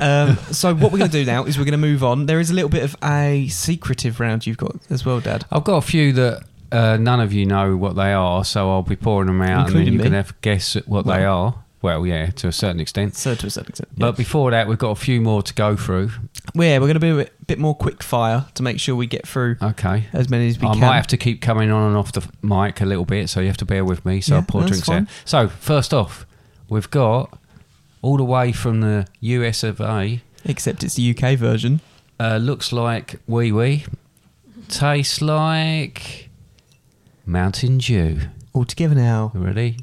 um, so what we're going to do now is we're going to move on. There is a little bit of a secretive round you've got as well, Dad. I've got a few that uh, none of you know what they are, so I'll be pouring them Including out, and then me. you can have to guess at what they are. Well, yeah, to a certain extent. So to a certain extent. But before that, we've got a few more to go through. Well, yeah, we're going to be a bit- bit more quick fire to make sure we get through Okay. as many as we I can. might have to keep coming on and off the f- mic a little bit, so you have to bear with me. So Yeah, I'll pour that's drinks fine. out. So first off, we've got all the way from the US of A. Except it's the UK version. Uh, looks like wee wee. Tastes like Mountain Dew. All together now. Ready?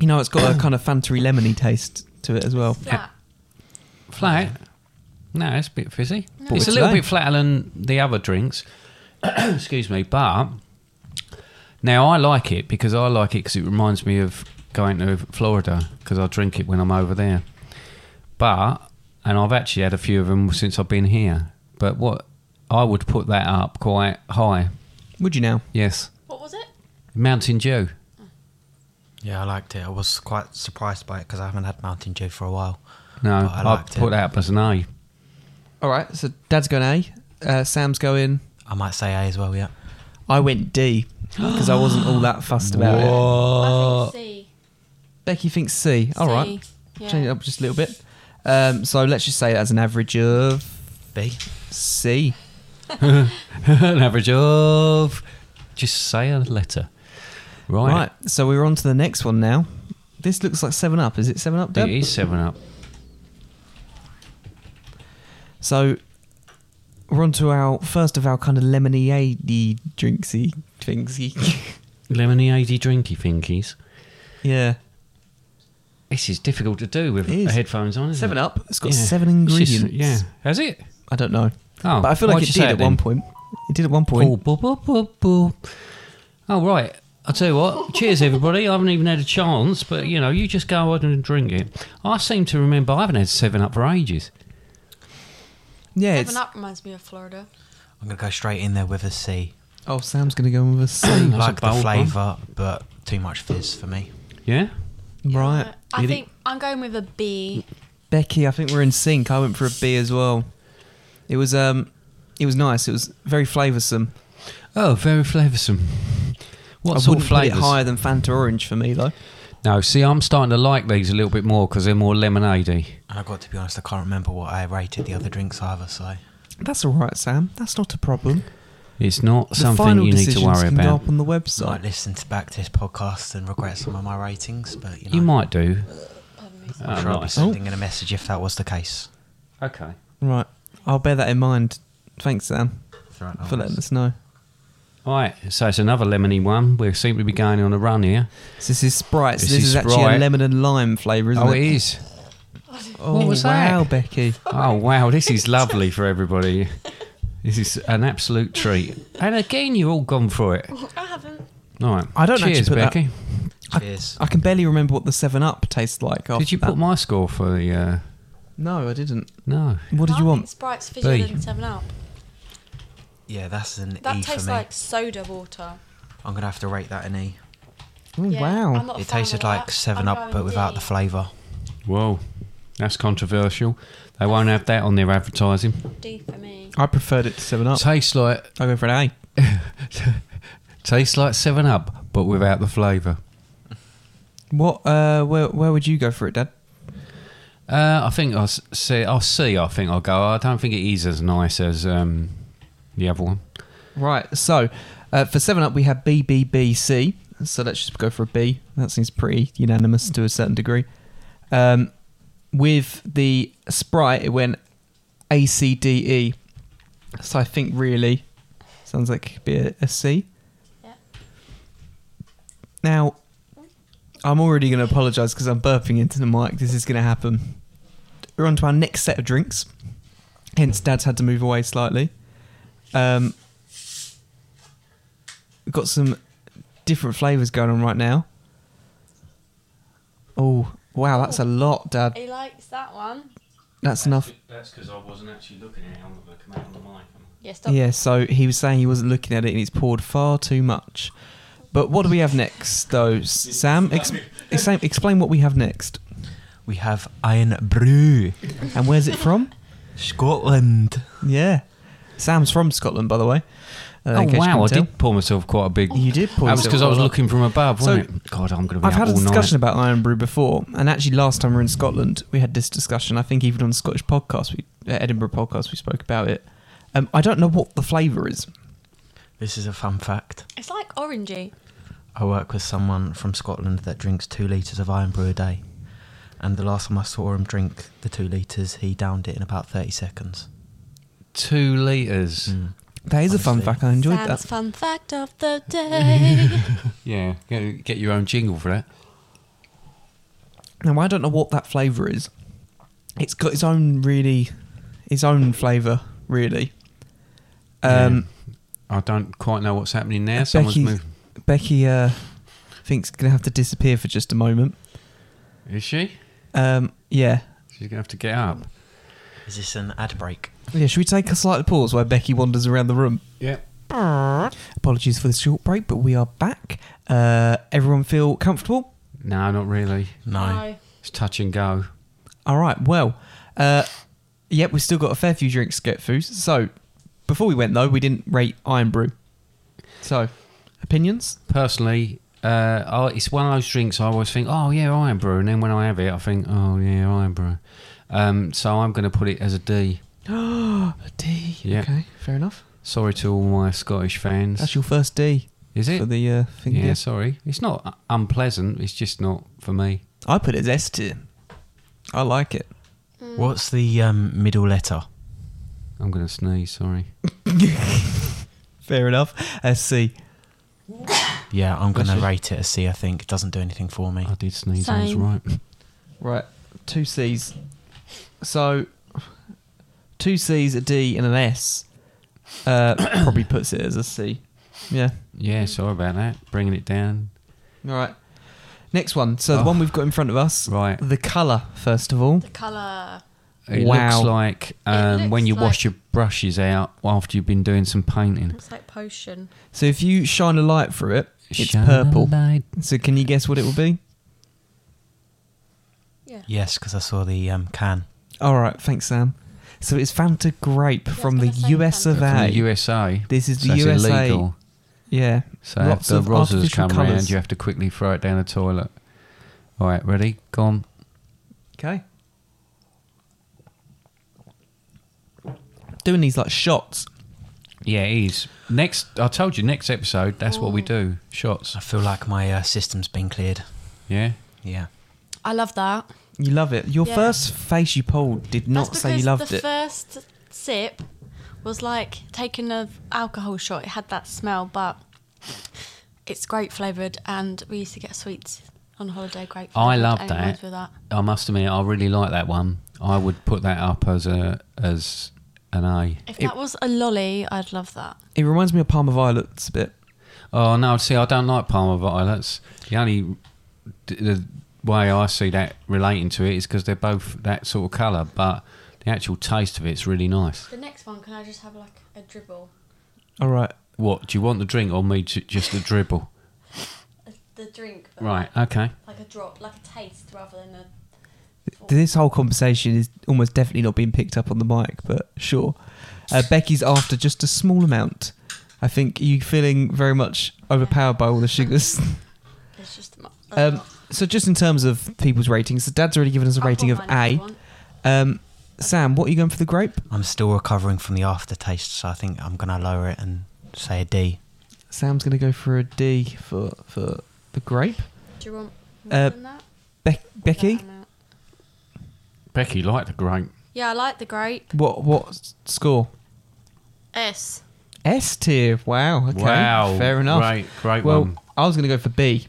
You know, it's got a kind of Fantery lemony taste to it as well. Flat. Flat? No, it's a bit fizzy. But It's a it's little low. bit flatter than the other drinks. Excuse me, but now I like it because I like it because it reminds me of going to Florida because I drink it when I'm over there. But and I've actually had a few of them since I've been here. But what I would put that up quite high. Would you now? Yes, What was it? Mountain Dew. Yeah, I liked it. I was quite surprised by it because I haven't had Mountain Dew for a while. No, But Oh, I I would liked put it. that up as an A. All right, so Dad's going A, uh, Sam's going I might say A as well. Yeah. I went D because I wasn't all that fussed about it. I think C. Becky thinks C. All right, C, change it Yeah. up just a little bit. Um, so let's just say that's an average of B. C. an average of just say a letter. Right. Right. So we're on to the next one now. This looks like Seven Up. Is it Seven Up, Dad? It is E seven up. So we're on to our first of our kind of lemonade drinksy thingsy. Lemonade drinky thingies. yeah. This is difficult to do with It is. headphones on. Isn't Seven it? Up. It's got Yeah. seven It's just- ingredients. yeah. Has it? I don't know, Oh, but I feel like why'd it you did say at then? one point. It did at one Oh, point. boop, boop, boop, boop. oh, right. I'll tell you what. Cheers, everybody. I haven't even had a chance, but you know, you just go out and drink it. I seem to remember I haven't had seven up for ages. yeah. Seven It's, Up reminds me of Florida. I'm gonna go straight in there with a C. oh, Sam's gonna go with a C. I That's a like the bold one. flavour, but too much fizz for me. Yeah. right. I Really? think I'm going with a B. Becky, I think we're in sync. I went for a B as well. It was um, it was nice. It was very flavoursome. Oh, very flavoursome. What I wouldn't sort of put it flavours? higher than Fanta Orange for me though. No, see, I'm starting to like these a little bit more because they're more lemonadey. And I've got to be honest, I can't remember what I rated the other drinks either, so. That's all right, Sam. That's not a problem. It's not the something final you need decisions to worry can go about. up on the Might website. listen to back to this podcast and regret some of my ratings, but you know. You might do. I'm Oh, sure I'll be nice. sending in a message if that was the case. Okay. Right, I'll bear that in mind. Thanks, Sam, That's right, for letting Alex. us know. All right, so it's another lemony one. We seem to be going on a run here. So this is Sprite. So This this, is is, actually Sprite. a lemon and lime flavour, isn't oh, it? it is. Oh, What was that? Wow, Becky. Oh, wow, this is lovely for everybody. This is an absolute treat. And again, you've all gone for it. I haven't. All right. I don't Cheers, actually put that- Becky. Cheers. I can barely remember what the Seven Up tastes like. After Did you that. put my score for the. Uh, No, I didn't. no. What did No, you I want? think Sprite's fizzier Bee. than Seven Up. Yeah, that's an That E for tastes me. like soda water. I'm gonna have to rate that an E. Oh, Yeah, I'm wow. not a It fan tasted of like that. Seven I'm Up, going but without D. the flavour. Whoa, that's controversial. They won't have that on their advertising. D for me. I preferred it to Seven Up. Tastes like I go for an A. tastes like Seven Up, but without the flavour. What? Uh, where where would you go for it, Dad? Uh, I think I'll s- see. I'll see. I think I'll go. I don't think it is as nice as um, the other one. Right. So, uh, for Seven Up, we have BBBC. So let's just go for a B. That seems pretty unanimous to a certain degree. Um, with the Sprite, it went ACDE. E. So I think really sounds like it could be a, a C. Yeah. Now, I'm already going to apologise because I'm burping into the mic. This is going to happen. We're on to our next set of drinks. Hence, Dad's had to move away slightly. Um, we've got some different flavours going on right now. Oh, wow, that's a lot, Dad. He likes that one. That's enough. That's because I wasn't actually looking at it. I'm going to come out on the mic. Yeah, stop. Yeah, so he was saying he wasn't looking at it and he's poured far too much. But what do we have next, though? S- Sam, ex- explain, explain what we have next. We have Iron Brew, And where's it from? Scotland. Yeah. Sam's from Scotland, by the way. Uh, Oh in case you wow! couldn't I tell. did pour myself quite a big. You did pour That yourself was because I was quite a lot. looking from above, So, wasn't it? God, I'm going to be I've out had a all night. discussion about Iron Brew before, and actually, last time we were in Scotland, we had this discussion. I think even on Scottish podcast, we, uh, Edinburgh podcast, we spoke about it. Um, I don't know what the flavour is. This is a fun fact. It's like orangey. I work with someone from Scotland that drinks two litres of Iron Brew a day. And the last time I saw him drink the two litres, he downed it in about 30 seconds. Hmm. two liters. Hmm. That is a fun Honestly. fact. I enjoyed Sam's that. fun fact of the day. Yeah, get, get your own jingle for that. Now I don't know what that flavour is. It's got its own really, its own flavour really. Um, I don't quite know what's happening there. Someone's Becky, moved. Becky uh, thinks gonna have to disappear for just a moment. Is she? Um, yeah, She's going to have to get up. Is this an ad break? yeah. Should we take a slight pause while Becky wanders around the room? Yeah. Apologies for the short break, but we are back. Uh, everyone feel comfortable? No, not really. No. It's touch and go. All right. Well, uh, yep. We've still got a fair few drinks to get through. So before we went though, we didn't rate Iron Brew. So opinions? Personally, uh, I, it's one of those drinks I always think, oh, yeah, iron brew. And then when I have it, I think, oh, yeah, iron brew. Um, so I'm going to put it as a D. Oh, a D. Yeah. Okay, fair enough. Sorry to all my Scottish fans. That's your first D Is it? for the uh, thing. yeah, yeah. sorry. It's not u- unpleasant. It's just not for me. I put it as S tier. I like it. What's the um, middle letter? I'm going to sneeze, sorry. Fair enough. A C. Yeah, I'm going to That's it. rate it a C, I think. It doesn't do anything for me. I did sneeze, I was Same. right. Right, two C's. So, two C's, a D, and an S. Uh, probably puts it as a C. Yeah. Yeah, sorry about that. Bringing it down. All right. Next one. So Oh. the one we've got in front of us. Right. The color, first of all. The colour. It Wow. looks like um, when looks you wash like- your brushes out after you've been doing some painting. Looks like potion. So if you shine a light through it, it's Shine a purple. light. So can you guess what it will be? Yeah. Yes, because I saw the um, can. All right. Thanks, Sam. So it's Fanta grape was from the gonna say US Fanta. of From A. the USA. This is So the it's USA. illegal. Yeah. So if the rosas artificial come colours. round, you have to quickly throw it down the toilet. All right, ready? Gone. Okay. Doing these like shots. Yeah, it is. Next, I told you, next episode, that's Oh. what we do. Shots. I feel like my uh, system's been cleared. Yeah. Yeah. I love that. You love it. Your Yeah. first face you pulled did not That's say you because loved the it. first sip was like taking an alcohol shot. It had that smell, but it's grape flavoured, and we used to get sweets on holiday. Grape. I love flavoured, and that. it reminds me of that. I must admit, I really like that one. I would put that up as a as an A. If that was a lolly, I'd love that. It reminds me of Palmer Violets a bit. Oh no! See, I don't like Palmer violets. The only d- the way I see that relating to it is because they're both that sort of colour, but the actual taste of it's really nice. The next one, can I just have like a dribble? All right. What do you want the drink or me to just the dribble? The drink, Right. Okay. like a drop, like a taste rather than a. This whole conversation is almost definitely not being picked up on the mic, but sure. Uh, Becky's after just a small amount. I think you feeling very much overpowered by all the sugars. It's just. Um, so just in terms of people's ratings, the dad's already given us a rating of A. Um, Sam, what are you going for the grape? I'm still recovering from the aftertaste, so I think I'm going to lower it and say a D. Sam's going to go for a D for for the grape. Do you want more Uh, than that? Be- Becky, No, no. Becky liked the grape. Yeah, I like the grape. what what s- score? S. S tier. Wow. Okay. Wow. Fair enough. Great. Great Well, one. I was going to go for B,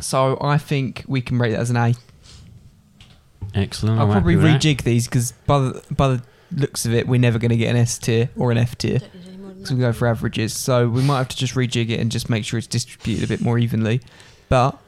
so I think we can rate that as an A. Excellent. I'll I'm probably happy with that. rejig these because by the, by the looks of it, we're never going to get an S tier or an F tier. Don't need any more than So we that. go for averages. So we might have to just rejig it and just make sure it's distributed a bit more evenly. But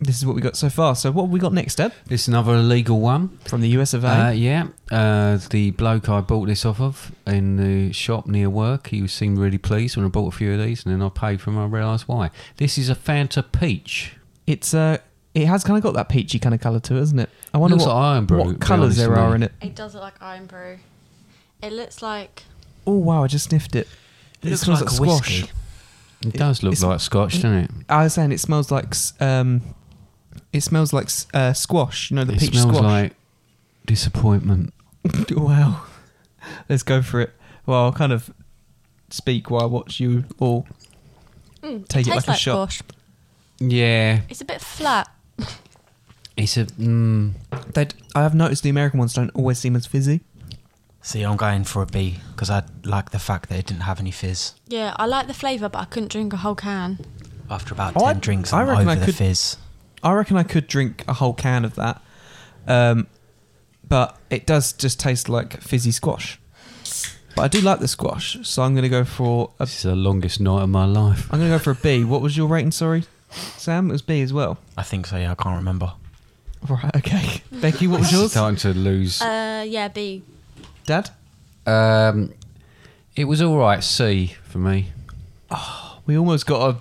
this is what we got so far. So what have we got next, Deb? This is another illegal one. From the US of A. Uh, yeah, uh, the bloke I bought this off of in the shop near work, he seemed really pleased when I bought a few of these, and then I paid for them. I realised why. This is a Fanta Peach. it's uh, it has kind of got that peachy kind of colour to it, hasn't it? I wonder Looks what, like Iron Brew, to what be colours honest there with are you. in it. It does look like iron brew. It looks like Oh wow, I just sniffed it. It looks smells like a whiskey. It, does look it's- like Scotch, doesn't it? I was saying it smells like s- um, it smells like s- uh, squash. You know the it peach smells squash. like disappointment. wow. Let's go for it. Well, I'll kind of speak while I watch you all. Mm, Take it tastes like a shot. Bosch. Yeah, It's a bit flat. it's a. Mm, They, I have noticed the American ones don't always seem as fizzy. See, I'm going for a B because I like the fact that it didn't have any fizz. Yeah, I like the flavour, but I couldn't drink a whole can. After about Oh, I- 10 drinks, I I'm reckon over I the could- fizz. I reckon I could drink a whole can of that, um, but it does just taste like fizzy squash. But I do like the squash, so I'm going to go for a. this is the longest night of my life. I'm going to go for a B. What was your rating? Sorry, Sam, it was B as well. I think so, yeah, I can't remember. Right. Okay. Becky, what was yours? Starting to lose. Uh, yeah, B. Dad, Um, it was all right. C for me. we almost got a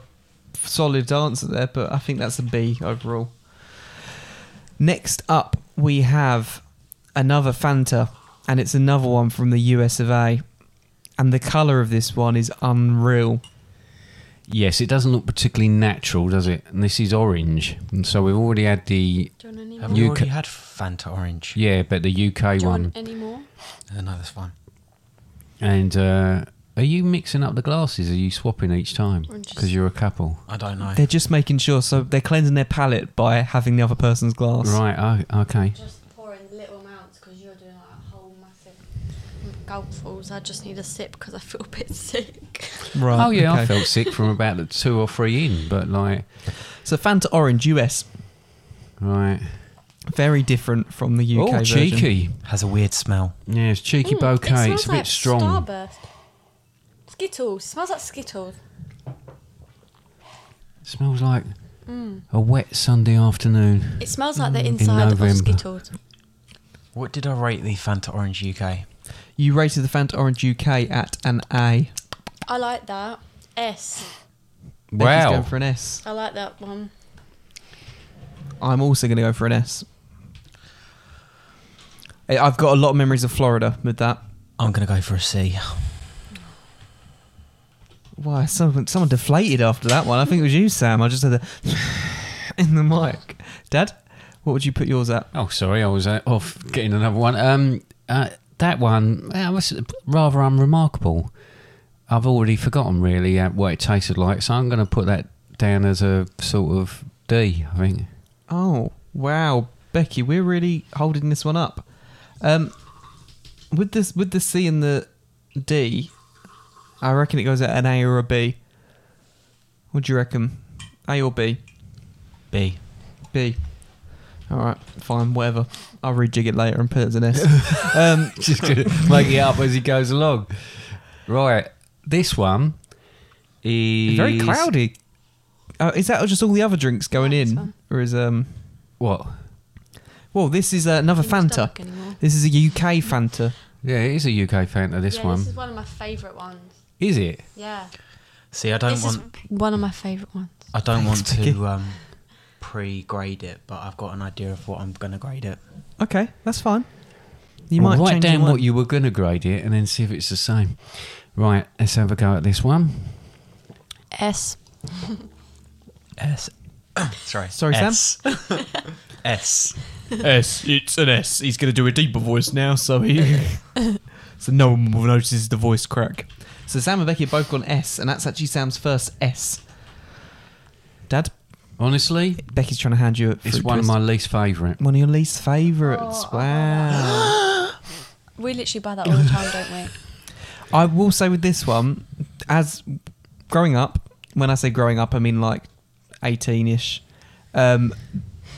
solid answer there, but I think that's a B overall. Next up, we have another Fanta, and it's another one from the US of A. And the colour of this one is unreal. Yes, it doesn't look particularly natural, does it? And this is orange. And so we've already had the Do you want any more? Have you You already ca- had Fanta Orange? yeah, but the UK Do you one. want any more? Uh, no, that's fine. And uh, are you mixing up the glasses? Are you swapping each time? We're just- Because you're a couple. I don't know. They're just making sure, so they're cleansing their palate by having the other person's glass. Right. Oh, okay. Just pour in little amounts because you're doing like a whole massive gulpfuls. I just need a sip because I feel a bit sick. Right, oh yeah, I Uh, okay. felt sick from about the two or three in, but like, So Fanta Orange US, right. very different from the UK oh, version. cheeky. Has a weird smell. Yeah, it's cheeky bouquet. Mm, Hmm, It it's smells a bit like strong. Starburst. Skittles. Smells like Skittles. Smells like Mm. a wet Sunday afternoon. It smells like the inside of November. Skittles. What did I rate the Fanta Orange UK? You rated the Fanta Orange UK at an A. I like that. S. Becky's going Wow. for an S. I like that one. I'm also going to go for an S. I- I've got a lot of memories of Florida with that. I'm going to go for a C. Why someone someone deflated after that one? I think it was you, Sam. I just had a in the mic. Dad, what would you put yours at? Oh, sorry, I was uh, off getting another one. Um, uh, that one uh, was rather unremarkable. I've already forgotten really uh, what it tasted like, so I'm going to put that down as a sort of D. I think. Oh wow, Becky, we're really holding this one up. Um, with this with the C and the D, I reckon it goes at an A or a B. What do you reckon? A or B? B. B. All right, fine, whatever. I'll rejig it later and put it as an S. um, Just going to make it up as he goes along. Right, this one is very cloudy. Uh, is that just all the other drinks going Yeah, it's in, fine. or is um? What? Well, this is uh, another It's not Fanta. dark anymore. This is a UK Fanta. Yeah, it is a UK Fanta. This yeah, one This is one of my favourite ones. is it? Yeah. See, I don't this want is one of my favourite ones. I don't want Thanks, Vicky. to um, pre-grade it, but I've got an idea of what I'm going to grade it. Okay, that's fine. You Well, might write change down your what mind. you were going to grade it, and then see if it's the same. Right, let's have a go at this one. S. S. Sorry. Sorry, Sam? S. S. S. It's an S. He's going to do a deeper voice now, so he. so no one will notice the voice crack. So Sam and Becky have both gone S, and that's actually Sam's first S. Dad, Honestly, Becky's trying to hand you a it's fruit one of twist. my least favourite. one of your least favourites. wow. We literally buy that all the time, don't we? I will say with this one, as growing up, when I say growing up, I mean like 18 ish. Um,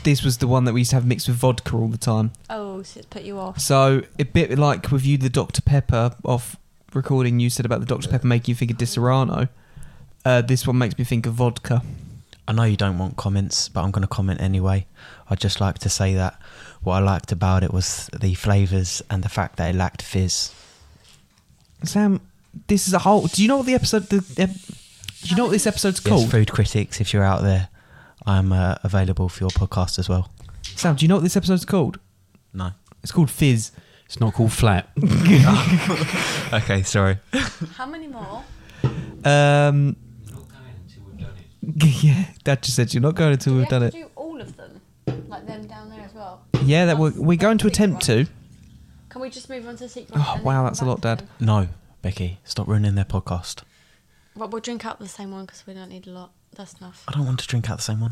this was the one that we used to have mixed with vodka all the time. Oh, so it's put you off. So a bit like with you, the Dr Pepper off recording, you said about the Dr Pepper making you think of Di Serrano. Uh, this one makes me think of vodka. I know you don't want comments, but I'm going to comment anyway. I'd just like to say that what I liked about it was the flavours and the fact that it lacked fizz. Sam, this is a whole. Do you know what the episode? The, ep- do you know what this episode's Yes, called? food critics, if you're out there, I'm uh, available for your podcast as well. Sam, do you know what this episode's called? No. It's called Fizz. It's not called flat. Okay, sorry. How many more? Um, yeah, that just said you're not going until we've we have done to it. do all of them, like them down there as well. Yeah, that we're, we're going to That's the attempt to. secret Can we just move on to the secret? Oh, wow, that's a lot, Dad. No, Becky, stop ruining their podcast. But we'll drink out the same one because we don't need a lot. That's enough. I don't want to drink out the same one.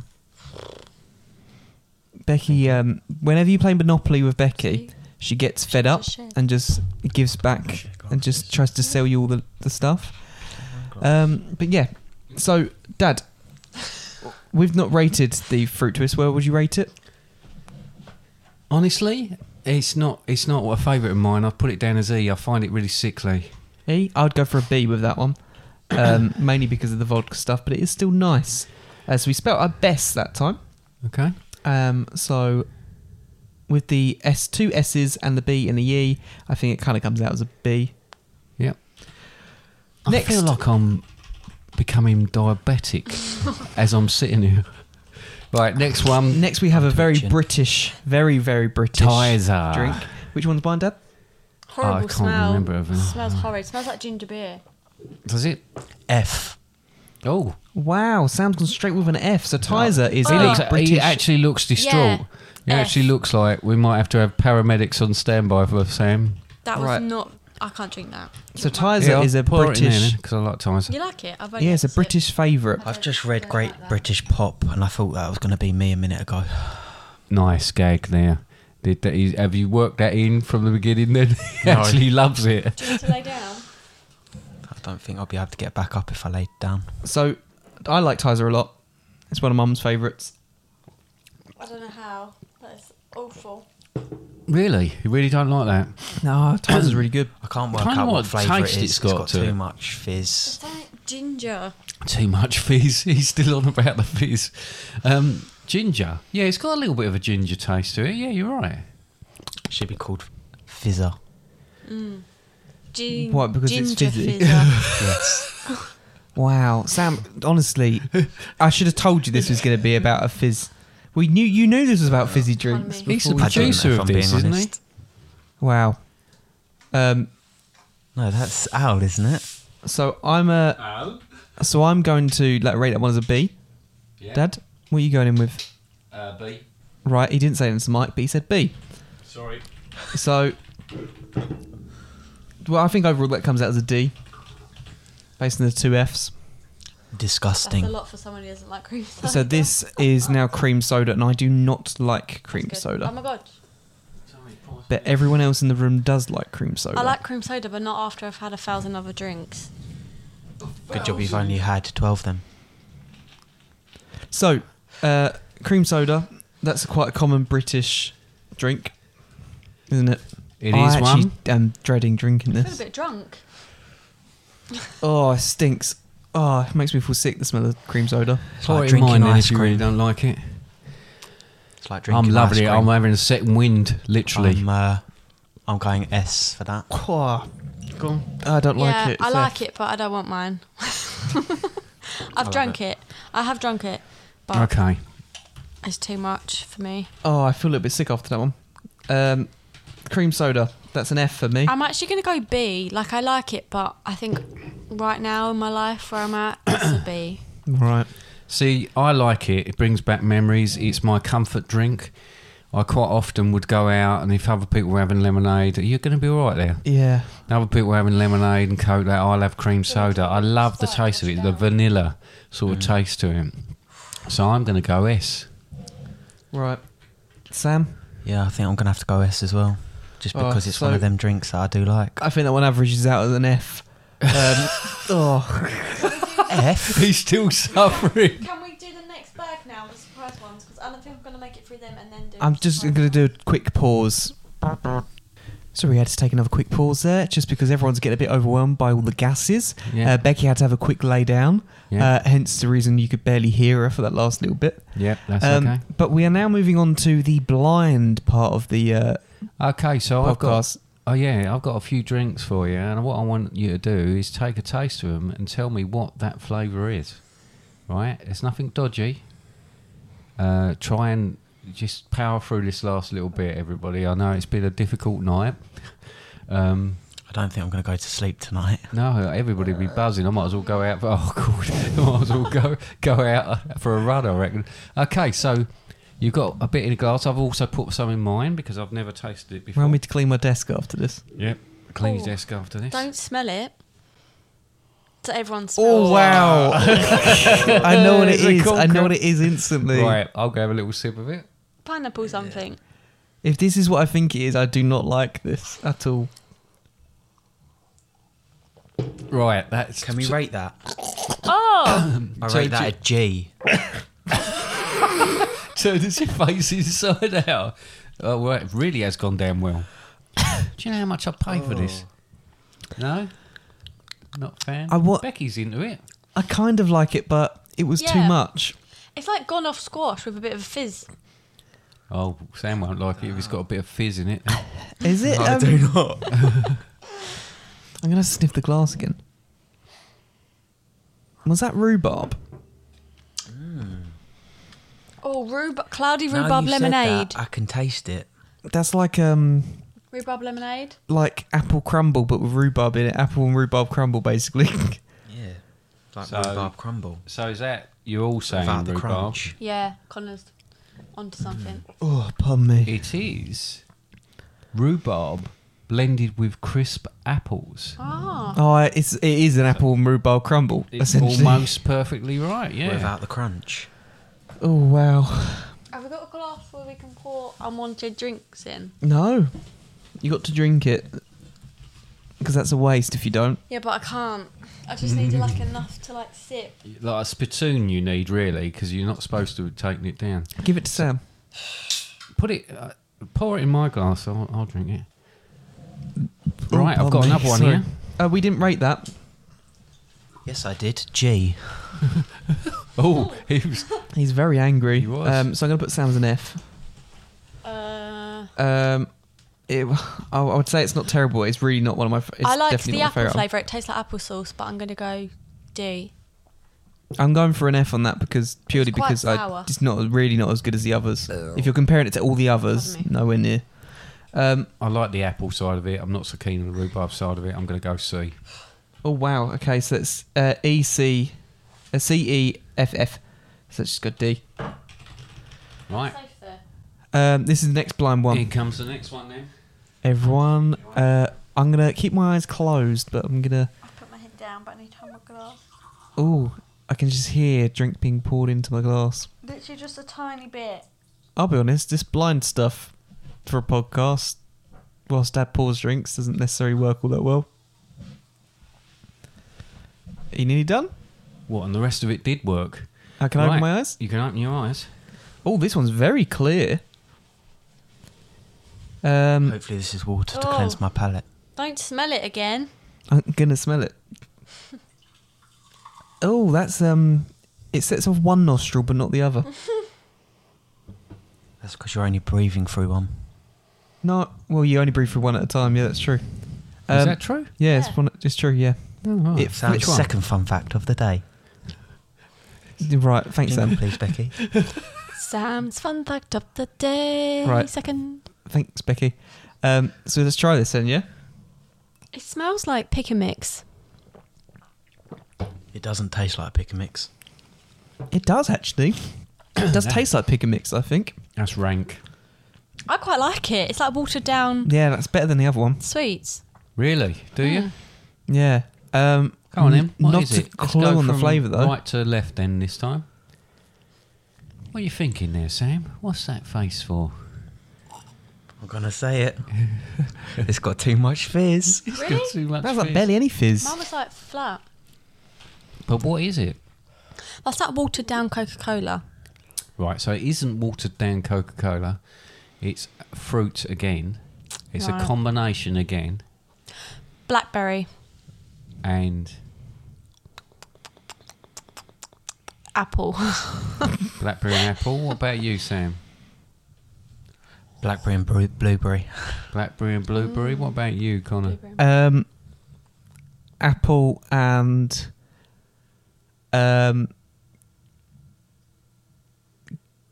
Becky, um, whenever you play Monopoly with Becky, she gets fed up Share. and just gives back and just tries to sell you all the, the stuff. Um, but yeah, so Dad, we've not rated the fruit twist. Where would you rate it? Honestly, it's not. It's not a favourite of mine. I put it down as E. I find it really sickly. E? I'd go for a B with that one, um, mainly because of the vodka stuff. But it is still nice, as we spelt our best that time. Okay. Um, so with the S two S's and the B and the E, I think it kind of comes out as a B. Yep. Next. I feel like I'm becoming diabetic as I'm sitting here. Right. Next one. Next, we have a very Twitching. British, very very British Tizer. drink. Which one's mine, Dad? Horrible can't smell. remember of it. Smells horrid. smells like ginger beer. Does it? F. Oh, Wow, Sam's gone straight with an F. So Tizer is he a looks. British. He actually looks distraught. Yeah. He actually F. looks like we might have to have paramedics on standby for Sam. That Right. was not. I can't drink that. so Tizer is a British. because I like Tizer. You like it? I've only Yeah, it's a had sip. British favourite. I've just read Great British Pop, and I thought that was going to be me a minute ago. Nice gag there. Did that, is, have you worked that in from the beginning? Then he actually loves it. Do you want to lay down? I don't think I'll be able to get back up if I laid down. So I like Tizer a lot. It's one of Mum's favourites. I don't know how. That's awful. Really, you really don't like that. No, Tizer's really good. I can't work Can't out know what what flavour it taste is. it's got it's to got it. too much fizz. Is that ginger? Too much fizz. He's still on about the fizz. Um, ginger. Yeah, it's got a little bit of a ginger taste to it. Yeah, you're right. Should be called fizzer. Gin- What, because it's ginger fizzy? fizzer. Yes. Wow, Sam. Honestly, I should have told you this was going to be about a fizz. We knew you knew this was about fizzy drinks. Pardon He's the before we- I don't know producer if of I'm this, being isn't he? honest. Wow. Um. No, that's Al, isn't it? So I'm a. So I'm going to like rate that one as a B. Yeah. Dad, what are you going in with? Uh, B. Right, he didn't say it to Mike, but he said B. Sorry. So, well, I think overall that comes out as a D, based on the two Fs. That's a Disgusting. lot for someone who doesn't like cream soda. So this is now cream soda, and I do not like cream Good. Oh soda, my god. but everyone else in the room does like cream soda. I like cream soda, but not after I've had a thousand other drinks. Good job you've only had 12 then. So, uh, cream soda, that's quite a common British drink, isn't it? It I is actually one. am dreading drinking I feel a this. bit drunk. Oh, it stinks. Oh, it makes me feel sick, the smell of cream soda. It's like drinking ice cream. don't like it. It's like drinking I'm loving ice it. cream. I'm having a second wind, literally. I'm, uh, I'm going S for that. Oh, I don't yeah, like it. I like it, but I don't want mine. I've drunk it. I have drunk it, but okay. it's too much for me. Oh, I feel a little bit sick after that one. Um, cream soda, that's an F for me. I'm actually going to go B. Like, I like it, but I think right now in my life where I'm at, it's a B. right. See, I like it. It brings back memories. It's my comfort drink. I quite often would go out, and if other people were having lemonade, you're going to be all right there. Yeah. Other people having lemonade and coke, like I'll have cream soda. I love the taste of it, the vanilla sort of taste to it. So I'm going to go S. Right. Sam, Yeah, I think I'm going to have to go S as well. Just Oh, because it's one so- of them drinks that I do like. I think that one averages out as an F. Um, oh, F? He's still suffering. Can we do the next bag now, the surprise ones? Because I don't think I'm going to make it through them and then do I'm just going to do a quick pause. So we had to take another quick pause there, just because everyone's getting a bit overwhelmed by all the gases. Yeah. Uh, Becky had to have a quick lay down, Yeah. uh, hence the reason you could barely hear her for that last little bit. Um, Yep, that's okay. But we are now moving on to the blind part of the uh, Okay, so I've got. podcast. Oh yeah, I've got a few drinks for you, and what I want you to do is take a taste of them and tell me what that flavour is. Right? It's nothing dodgy. Uh, try and just power through this last little bit, everybody. I know it's been a difficult night. Um, I don't think I'm going to go to sleep tonight. No, everybody would be buzzing. I might as well go out. For, oh, God. I might as well go, go out for a run, I reckon. Okay, so you've got a bit in a glass. I've also put some in mine because I've never tasted it before. Remind me to clean my desk after this. Yep. Clean your Oh. desk after this. Don't smell it. So everyone smells Oh wow! I know what it It's a is. I know conquer. what it is instantly. Right, I'll go have a little sip of it. pineapple something. If this is what I think it is, I do not like this at all. Right, that's. Can we rate that? Oh, I So rate do- that a G. Turn your face inside out. Oh, well, it really has gone down well. Do you know how much I pay for this? Oh. No? Not a fan. I wa- Becky's into it. I kind of like it, but it was too Yeah. much. it's like gone off squash with a bit of a fizz. Oh, Sam won't like it if it's Ah. got a bit of fizz in it. Is it? Um, not. I'm gonna sniff the glass again. Was that rhubarb? Oh, rhubarb, cloudy rhubarb lemonade. I can taste it. That's like um, Rhubarb lemonade. like apple crumble, but with rhubarb in it. Apple and rhubarb crumble, basically. Yeah. Like So- rhubarb crumble. So is that you're all saying Without the rhubarb? crunch. Yeah, Connor's onto something. oh, pardon me. It is rhubarb blended with crisp apples. Ah, Oh, it's it is an apple and rhubarb crumble. It's essentially. almost perfectly right. Yeah. Without the crunch. Oh wow. have we got a glass where we can pour unwanted drinks in? No, you got to drink it because that's a waste if you don't. Yeah, but I can't. I just need like enough to like sip. like a spittoon, you need really because you're not supposed to be taking it down. Give it to Sam. Put it, uh, pour it in my glass. I'll, I'll drink it. Oh, Right, pardon I've got me, another one sorry. here. Uh, we didn't rate that. Yes, I did. G. Oh, it was He's very angry. He was. Um, so I'm going to put Sam's an F. Uh, Um, it, I I would say it's not terrible. It's really not one of my. f- It's I liked definitely the not my apple favourite. flavour. It tastes like applesauce, but I'm gonna go D. I'm going for an F on that because purely It's quite because I, sour. it's not really not as good as the others. If you're comparing it to all the others, Pardon me. nowhere near. Um, I like the apple side of it. I'm not so keen on the rhubarb side of it. I'm going to go C. oh wow. Okay, so it's uh, E C uh, C E F F. So it's just got D. Right. Um, this is the next blind one. Here comes the next one then. Everyone, uh, I'm gonna keep my eyes closed, but I'm gonna. I put my head down, but I need to have my glass. Ooh, I can just hear drink being poured into my glass. Literally just a tiny bit. I'll be honest, this blind stuff for a podcast, whilst Dad pours drinks, doesn't necessarily work all that well. Are you nearly done? What? And the rest of it did work. I can I Right. open my eyes. You can open your eyes. Oh, this one's very clear. Um, Hopefully, this is water to Oh. cleanse my palate. Don't smell it again. I'm gonna smell it. Oh, that's um, it sets off one nostril but not the other. That's because you're only breathing through one. No, well, you only breathe for one at a time. Yeah, that's true. Is Um, that true? yeah, it's Yeah. one. It's true. Yeah. Oh, It So, Which one? second fun fact of the day. Right. Thanks, Sam. Jingle, please, Becky. Sam's fun fact of the day. Right. Second. Thanks, Becky. Um, so let's try this then. Yeah. It smells like pick a mix. It doesn't taste like a pick and mix. It does actually. it does taste like pick and mix. I think. That's rank. I quite like it. It's like watered down Yeah, that's better than the other one. sweets. Really? Do you? Yeah. Um, Come on n- then. What not is it? a Let's clue go on the from flavour though. Right to left then this time. What are you thinking there, Sam? What's that face for? I'm going to say it. it's got too much fizz. Really? Too much That's like fizz. barely any fizz. Mine was like flat. But what is it? That's that watered down Coca Cola. Right, so it isn't watered down Coca Cola. It's fruit again. It's Right. a combination again. Blackberry. And Apple. blackberry and apple. What about you, Sam? Blackberry and bru- blueberry. Blackberry and blueberry. What about you, Connor? Um, apple and um,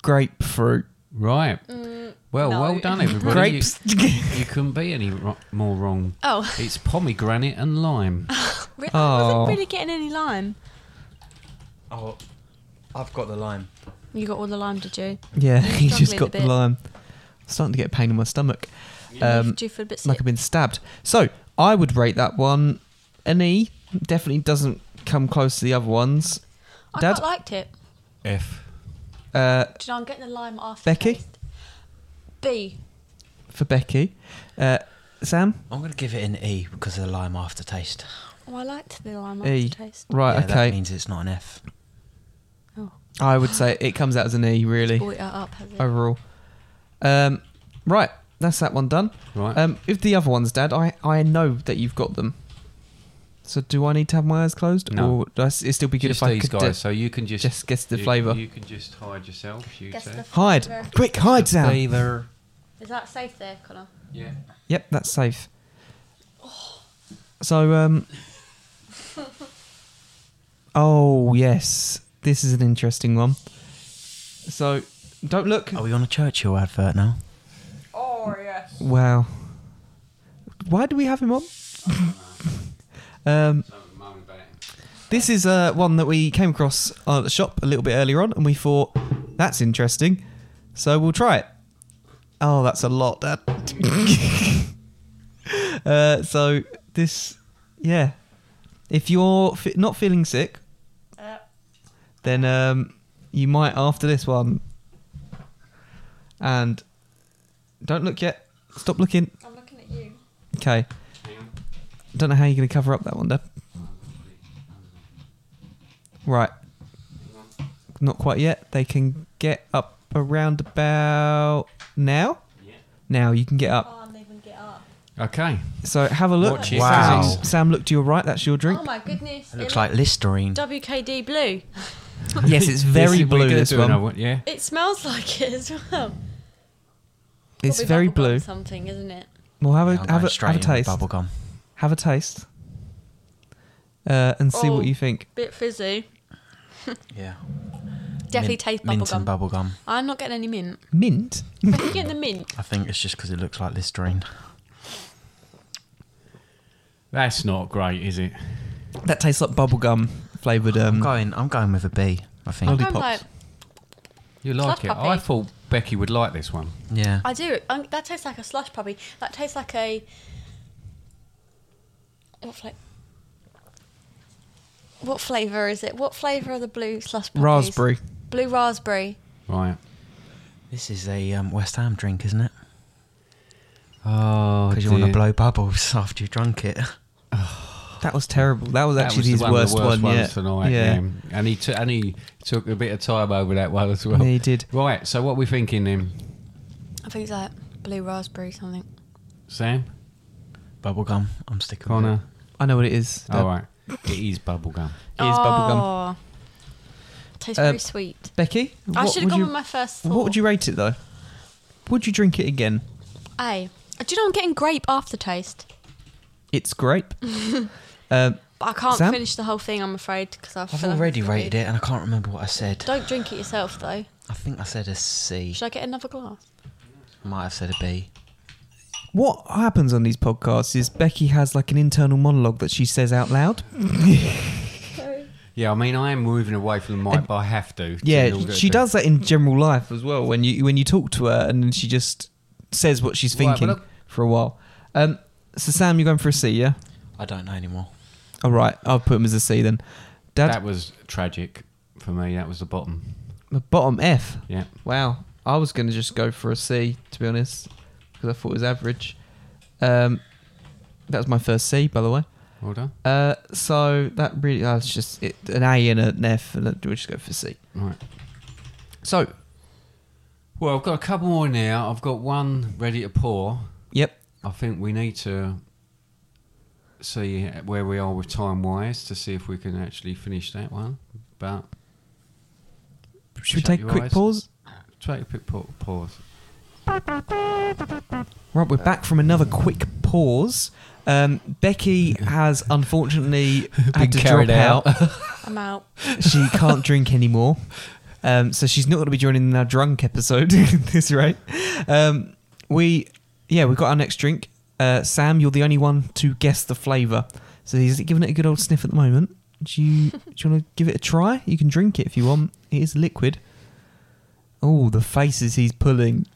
grapefruit. Right. well, Mm, no. well done, everybody. Grapes. You, you couldn't be any ro- more wrong. oh, It's pomegranate and lime. re- I Oh. wasn't really getting any lime. Oh, I've got the lime. You got all the lime, did you? Yeah, he's just struggling a got the bit. lime. I'm starting to get a pain in my stomach. Um, did you feel a bit sick? like I've been stabbed. So I would rate that one an E. Definitely doesn't come close to the other ones. I Dad, quite liked it. F. uh, Do you know, I'm getting the lime after. Becky? taste. B. for Becky, uh, Sam, I'm going to give it an E because of the lime aftertaste. Oh, I liked the lime E. aftertaste. Right, Yeah, That okay. means it's not an F. I would say it comes out as an E, really. Bought it up, has it? overall. Um, right, that's that one done. Right. Um, if the other ones, Dad, I, I know that you've got them. So do I need to have my eyes closed? No. Or does it still be good Just if I these could guys, do- so you can just just guess the you- flavour. You can just hide yourself. You Guess two. the hide. flavour. Quick, hide, Sam. Flavour. Is that safe there, Connor? Yeah. Yep, that's safe. So, um... oh, yes. This is an interesting one. So, don't look. Are we on a Churchill advert now? Oh yes. Wow. Why do we have him on? um, this is uh, one that we came across uh, at the shop a little bit earlier on, and we thought that's interesting, so we'll try it. Oh, that's a lot, Dad. uh, so this, yeah. If you're fe- not feeling sick, then um, you might after this one. And don't look yet. Stop looking. I'm looking at you. Okay. Don't know how you're going to cover up that one, Deb. Right. Not quite yet. They can get up around about now. Now you can get up. Can't even get up. Okay. So have a look. Watch it. Wow. Sam, Sam, look to your right. That's your drink. Oh my goodness. It looks like Listerine. WKD blue. yes, it's very This- we're blue. gonna This do another one. Yeah. It smells like it as well. It's Probably very bubblegum blue. Something, isn't it? Well, have Yeah, a I'm going have a, straight have a in with taste. Bubblegum. Have a taste. Uh, and see Oh. what you think. Bit fizzy. Yeah. Definitely mint, taste Mint bubblegum. and bubblegum. I'm not getting any mint. Mint. Are you getting the mint? I think it's just because it looks like Listerine. That's not great, is it? That tastes like bubblegum flavoured. I'm Um, going. I'm going with a B. I think. Lolli- I'm like, Lollipops. You Slush like it? I puppy. thought Becky would like this one. Yeah. I do. Um, that tastes like a slush puppy. That tastes like a. What flavor? What flavour is it? What flavour are the blue slush puppies? raspberry. Blue raspberry. Right. This is a um, West Ham drink, isn't it? Oh, Because you want to dear. blow bubbles after you've drunk it. That was terrible. That was That actually was the his one of worst, the worst one. ones Yeah. tonight. Yeah. And he took and he took a bit of time over that one as well. Yeah, he did. Right. So what we thinking then, I think it's like blue raspberry something. Sam? Bubblegum. I'm sticking with Connor? I know what it is. Uh, All right. It is bubblegum. It is bubblegum. Oh. Tastes Uh, very sweet. Becky, I what should would have gone you- with my first thought. What would you rate it though? Would you drink it again? A. Do you know I'm getting grape aftertaste? It's grape. um, But I can't Sam? finish the whole thing, I'm afraid, because I it. I've feel like already it's rated good. it, and I can't remember what I said. Don't drink it yourself, though. I think I said a C. Should I get another glass? Might have said a B. what happens on these podcasts is Becky has like an internal monologue that she says out loud. Yeah, I mean I am moving away from the mic, but I have to. to in Yeah, order she to- does that in general life as well. When you when you talk to her and she just says what she's Right, well, thinking look- for a while. Um, so Sam, you're going for a C, yeah? I don't know anymore. All right, I'll put him as a C then. Dad, That was tragic for me. That was the bottom. the bottom F. Yeah. Wow, I was going to just go for a C to be honest because I thought it was average. Um, that was my first C, by the way. Well done. Uh, so that really, I was just it, an A and an F, and we'll just go for C. Right. So, Well, I've got a couple more now. I've got one ready to pour. yep, I think we need to see where we are with time wise to see if we can actually finish that one. But should we Shut take a your quick eyes. pause? try to pick pa- pause. Right, we're back from another quick pause. Um, Becky has unfortunately Been had to carried drop out. I'm out. she can't drink anymore, um, so she's not going to be joining our drunk episode. at this rate, um, we yeah we've got our next drink. Uh, Sam, you're the only one to guess the flavour, so he's giving it a good old sniff at the moment. Do you do you want to give it a try? You can drink it if you want. It is liquid. Oh, the faces he's pulling.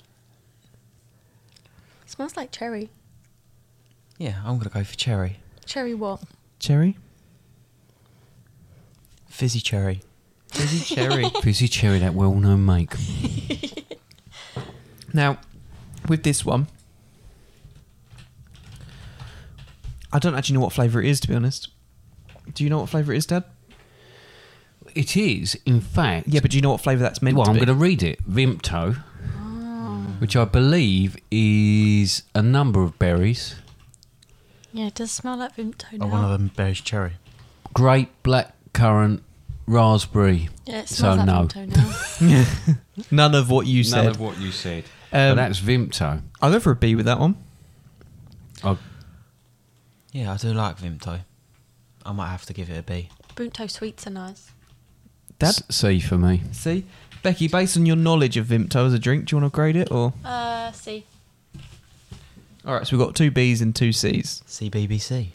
smells like cherry. Yeah, I'm gonna go for cherry. Cherry what? Cherry. Fizzy cherry. Fizzy cherry. Fizzy cherry, that well known make. Now, with this one, I don't actually know what flavour it is, to be honest. Do you know what flavour it is, Dad? It is, in fact. Yeah, but do you know what flavour that's meant well, to I'm be? Ah. going to read it. Vimto, which I believe is a number of berries Yeah, it does smell like Vimto Or now. Oh, one of them berries cherry. grape, blackcurrant, raspberry. Yeah, it So, smells like no. Vimto now. None of what you None said. of what you said. but Um, that's Vimto. I'll go for a B with that one. I, Yeah, I do like Vimto. I might have to give it a B. Vimto sweets are nice. Dad? s- C for me. See? Becky, based on your knowledge of Vimto as a drink, do you want to grade it? or? Uh, C. All right, so we've got two Bs and two Cs, CBBC.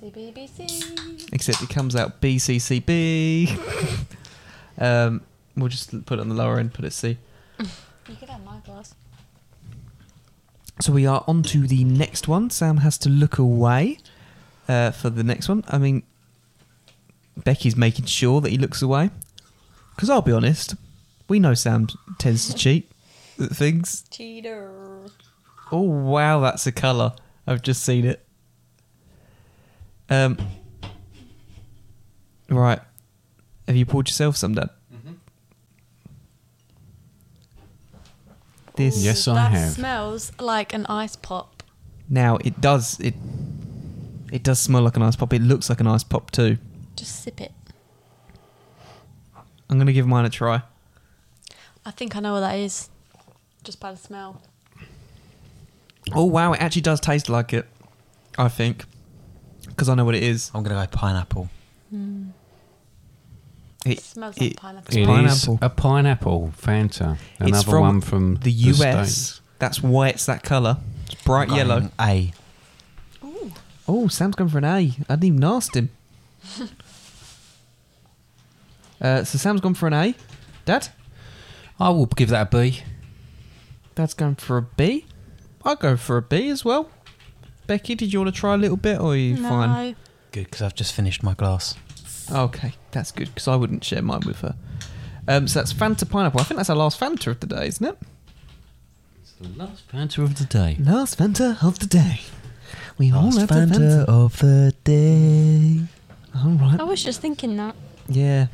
CBBC. except it comes out BCCB. um, we'll just put it on the lower end, put it C. You could have my glass. So we are on to the next one. Sam has to look away uh, for the next one. I mean, Becky's making sure that he looks away. Because I'll be honest, we know Sam tends to cheat at things. Cheater. Oh, wow, that's a colour. I've just seen it. Um, right. Have you poured yourself some, Dad? This Yes, I that have. smells like an ice pop. Now it does it. It does smell like an ice pop. It looks like an ice pop too. Just sip it. I'm gonna give mine a try. I think I know what that is. Just by the smell. Oh wow! It actually does taste like it. I think because I know what it is. I'm gonna go pineapple. It, smells like pineapple. It's It is pineapple. a pineapple Fanta. Another it's from one from the US. That's why it's that color. It's bright I'm yellow. going A. Oh, Sam's going for an A. I didn't even ask him. Uh, so Sam's gone for an A. Dad? I will give that a B. Dad's going for a B. I'll go for a B as well. Becky, did you want to try a little bit or are you no. fine? Good, because I've just finished my glass. Okay, that's good because I wouldn't share mine with her. Um, so that's Fanta Pineapple. I think that's our last Fanta of the day, isn't it? It's the last banter of the day. Last Fanta of the day. We all Last have a Fanta. Fanta of the day. All right. I Oh. was just thinking that. Yeah.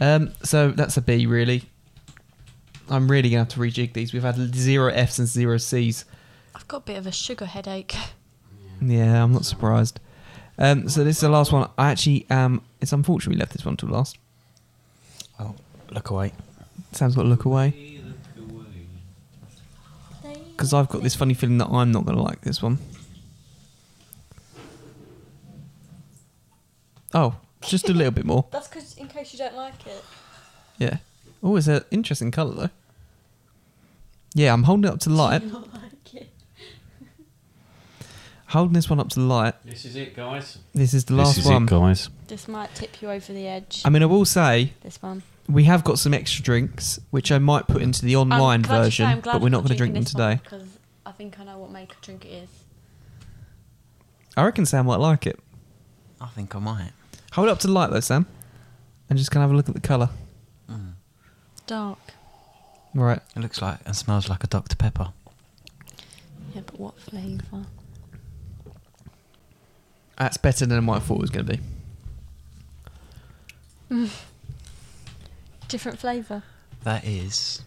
Um, so that's a B, really. I'm really going to have to rejig these. We've had zero Fs and zero Cs. I've got a bit of a sugar headache. Yeah, I'm not surprised. Um, so this is the last one. I actually, um, it's unfortunate we left this one till last. Oh, look away. Sam's got to look away. Because I've got this funny feeling that I'm not going to like this one. Oh, just a little bit more. That's because in case you don't like it. Yeah. Oh, it's an interesting colour though. Yeah, I'm holding it up to the light. holding this one up to the light. This is it, guys. This is the This last is one. it, guys. This might tip you over the edge. I mean, I will say this one. we have got some extra drinks, which I might put into Um, the online I'm glad to say I'm version, glad but we're not going to drink drinking them today. this one Because I think I know what make a drink it is. I reckon Sam might like it. I think I might. Hold it up to the light though, Sam, and just can have a look at the colour. Dark. Right. It looks like and smells like a Dr. Pepper. Yeah, but what flavour? That's better than what I thought it was going to be. Different flavour. That is.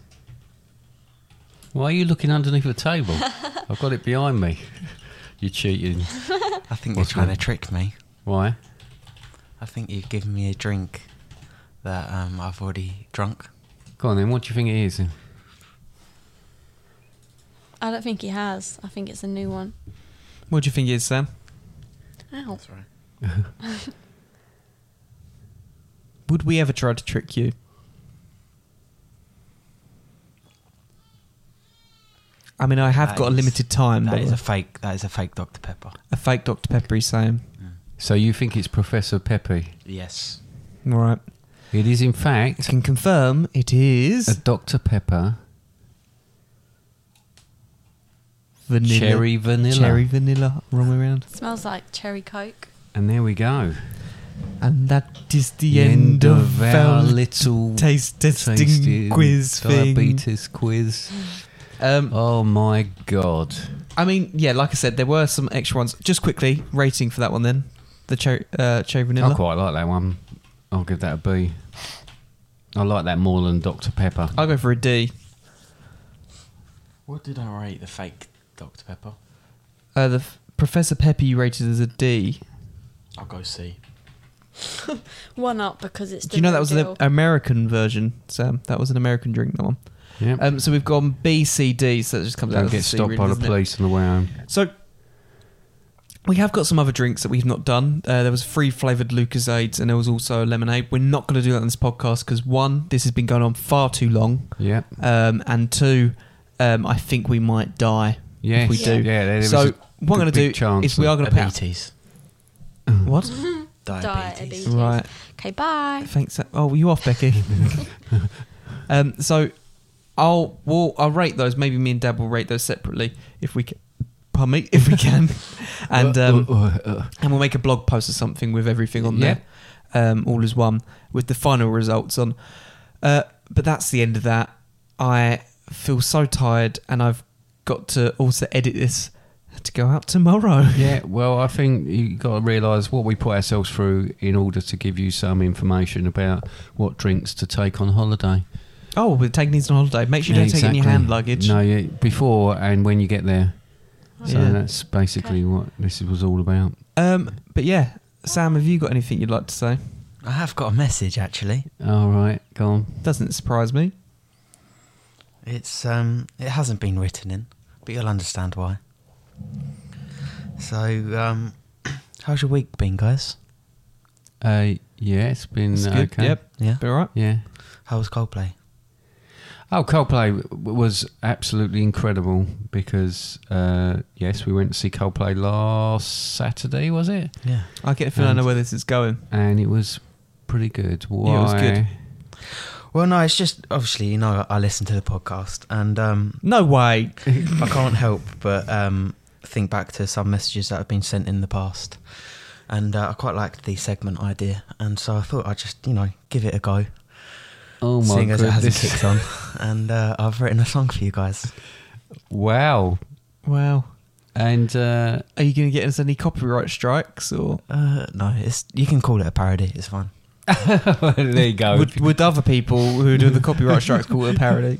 Why are you looking underneath the table? I've got it behind me. You're cheating. I think you're What's trying to that? trick me. Why? I think you've given me a drink that um, I've already drunk. Go on then. What do you think it is? then? I don't think he has. I think it's a new one. What do you think it is, Sam? Ow. That's right. Would we ever try to trick you? I mean, I have That got a is- limited time. That but is a a fake. That is a fake Dr. Pepper. fake Dr. Pepper is saying. So you think it's Professor Pepe? Yes. All right. It is in I fact can confirm it a is Dr Pepper vanilla. cherry vanilla. Cherry vanilla. Wrong way around. Smells like cherry coke. And there we go. And that is the, end, of our little taste testing tasting quiz thing. diabetes quiz. Um, Oh my god! I mean, yeah, like I said, there were some extra ones. Just quickly, rating for that one then. The cherry, uh, cherry vanilla. I quite like that one. I'll give that a B. I like that more than Dr Pepper. I'll go for a D. What did I rate the fake Dr. Pepper? Uh, the f- Professor Peppy you rated as a D. I'll go C. One up because it's. Do you know that real was deal. an American version, Sam? That was an American drink, that one. Yeah. Um, so we've gone B, C, D, so it just comes out Don't as a get C, stopped really, by the doesn't it? police on the way home. So we have got some other drinks that we've not done. Uh, there was free flavored Lucasades, and there was also a lemonade. We're not going to do that in this podcast because one, this has been going on far too long, Yeah. um, and two, um, I think we might die Yes. if we do. Yeah, there is so a what I'm going big to do chance is we are going to put Diabetes. what? Diabetes. right. Okay, bye. Thanks. Oh, were you off, Becky? um, so I'll we'll, I'll rate those. Maybe me and Dad will rate those separately if we can. Pardon me, if we can, and um, and we'll make a blog post or something with everything on Yeah. there, um, all as one, with the final results on. Uh, but that's the end of that. I feel so tired, and I've got to also edit this to go out tomorrow. Yeah, well, I think you got to realise what we put ourselves through in order to give you some information about what drinks to take on holiday. Oh, we're taking these on holiday. Make sure you don't take any hand luggage. Oh, No, yeah, before and when you get there. So Yeah. that's basically Okay. what this was all about. Um, but yeah, Sam, have you got anything you'd like to say? I have got a message actually. All right, go on. Doesn't surprise me. It's um, it hasn't been written in, but you'll understand why. So um, how's your week been, guys? Uh, yeah, it's been It's good. okay. Yep. Yeah. Be all right. Yeah. How was Coldplay? Oh, Coldplay w- w- was absolutely incredible because uh, yes, we went to see Coldplay last Saturday, was it? Yeah. I get a feeling I know where this is going. And it was pretty good. Why? Yeah, it was good. Well, no, it's just obviously you know I listen to the podcast and um, No way. I can't help but um, think back to some messages that have been sent in the past, and uh, I quite liked the segment idea, and so I thought I'd just you know give it a go, Oh my seeing as it hasn't goodness! kicked on, and uh, I've written a song for you guys. Wow. Wow. And uh, Are you going to get us any copyright strikes or Uh, no, it's you can call it a parody. It's fine. there you go. would, would other people who do the copyright strikes call it a parody?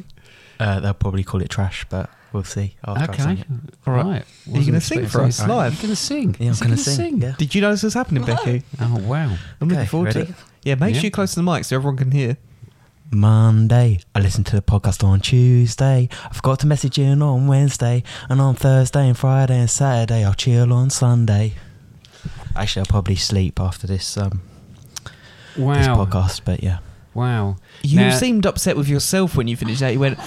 Uh, they'll probably call it trash, but we'll see. After I sing okay. it. All right. Are you going to sing for us I'm live? going to sing. Yeah, I'm Is he gonna gonna sing, yeah. Did you know this was happening, Becky? Oh wow. I'm looking Okay, forward to ready? it. Yeah, make Yeah. sure you're close to the mic so everyone can hear. Monday, I listened to the podcast on Tuesday. I forgot to message in on Wednesday, and on Thursday and Friday and Saturday, I'll chill on Sunday. Actually, I'll probably sleep after this um, this Wow. podcast, but yeah. Wow. You Now- seemed upset with yourself when you finished that. You went,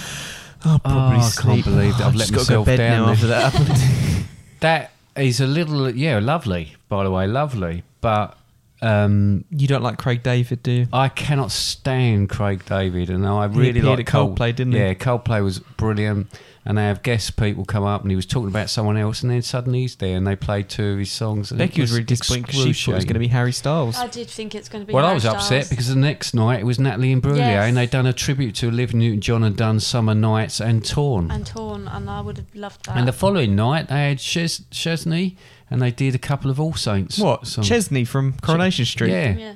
"Oh, probably I can't sleep. believe that I've I've let just got to go myself to bed now down there." after that happened." That is a little, yeah, lovely. By the way, lovely. But um, you don't like Craig David, do you? I cannot stand Craig David, and I really appeared like at Coldplay, didn't he? Yeah, Coldplay was brilliant, and they have guest people come up, and he was talking about someone else, and then suddenly he's there, and they played two of his songs. And it Becky was really disappointed because she thought it was going to be Harry Styles. I did think it's going to be. Well, I Harry was upset Styles. because the next night it was Natalie Imbruglia, Yes. and they'd done a tribute to Olivia Newton-John and done Summer Nights and Torn. and torn, and I would have loved that. And the following night, they had Ches- Chesney, and they did a couple of All Saints. What? songs. Chesney from Coronation Street. Yeah, yeah.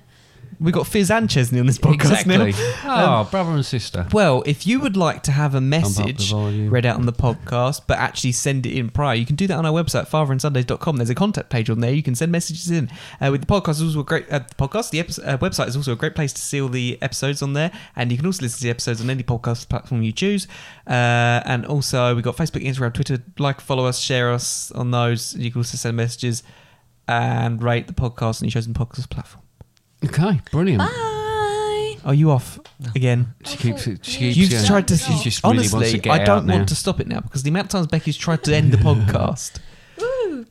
We got Fizz and Chesney on this podcast exactly. now. Um, oh, brother and sister. Well, if you would like to have a message volume. read out on the podcast, but actually send it in prior, you can do that on our website, fatherandsundays.com. There's a contact page on there. You can send messages in. Uh, with the podcast, is also a great uh, the podcast. The episode, uh, website is also a great place to see all the episodes on there, and you can also listen to the episodes on any podcast platform you choose. Uh, and also, we've got Facebook, Instagram, Twitter. Like, follow us, share us on those. You can also send messages and rate the podcast on your chosen podcast platform. Okay, brilliant. Bye. Are you off again? She keeps it. She You keeps You've going. tried to. She just really honestly, wants to get I don't out want now. to stop it now because the amount of times Becky's tried to end the podcast. Woo.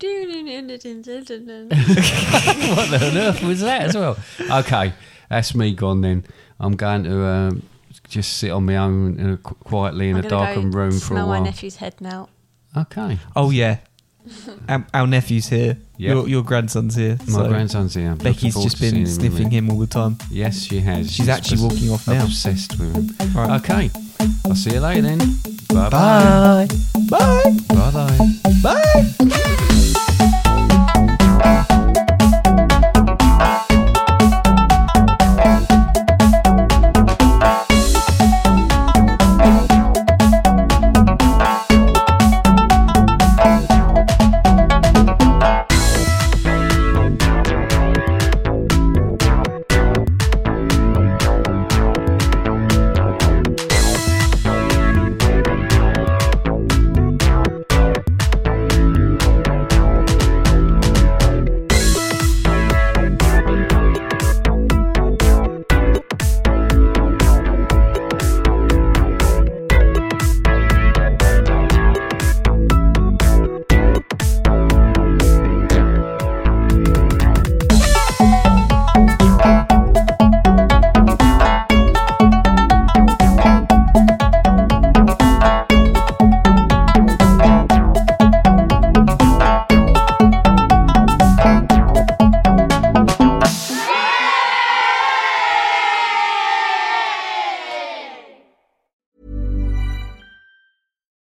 what on earth was that as well? Okay, that's me gone then. I'm going to um, just sit on my own in a, qu- quietly in I'm a gonna darkened go room for a Smell while. my nephew's head now. Okay, Oh yeah, our, our nephew's here. Yeah. Your, your grandson's here. my so grandson's here. I'm looking Becky's forward just to seeing been in a sniffing minute. him all the time. Yes, she has. She's actually obs- walking off now. Obsessed with him. Right. Okay, I'll see you later then. Bye bye. Bye. Bye. Bye bye. Bye.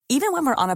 Even when we're on a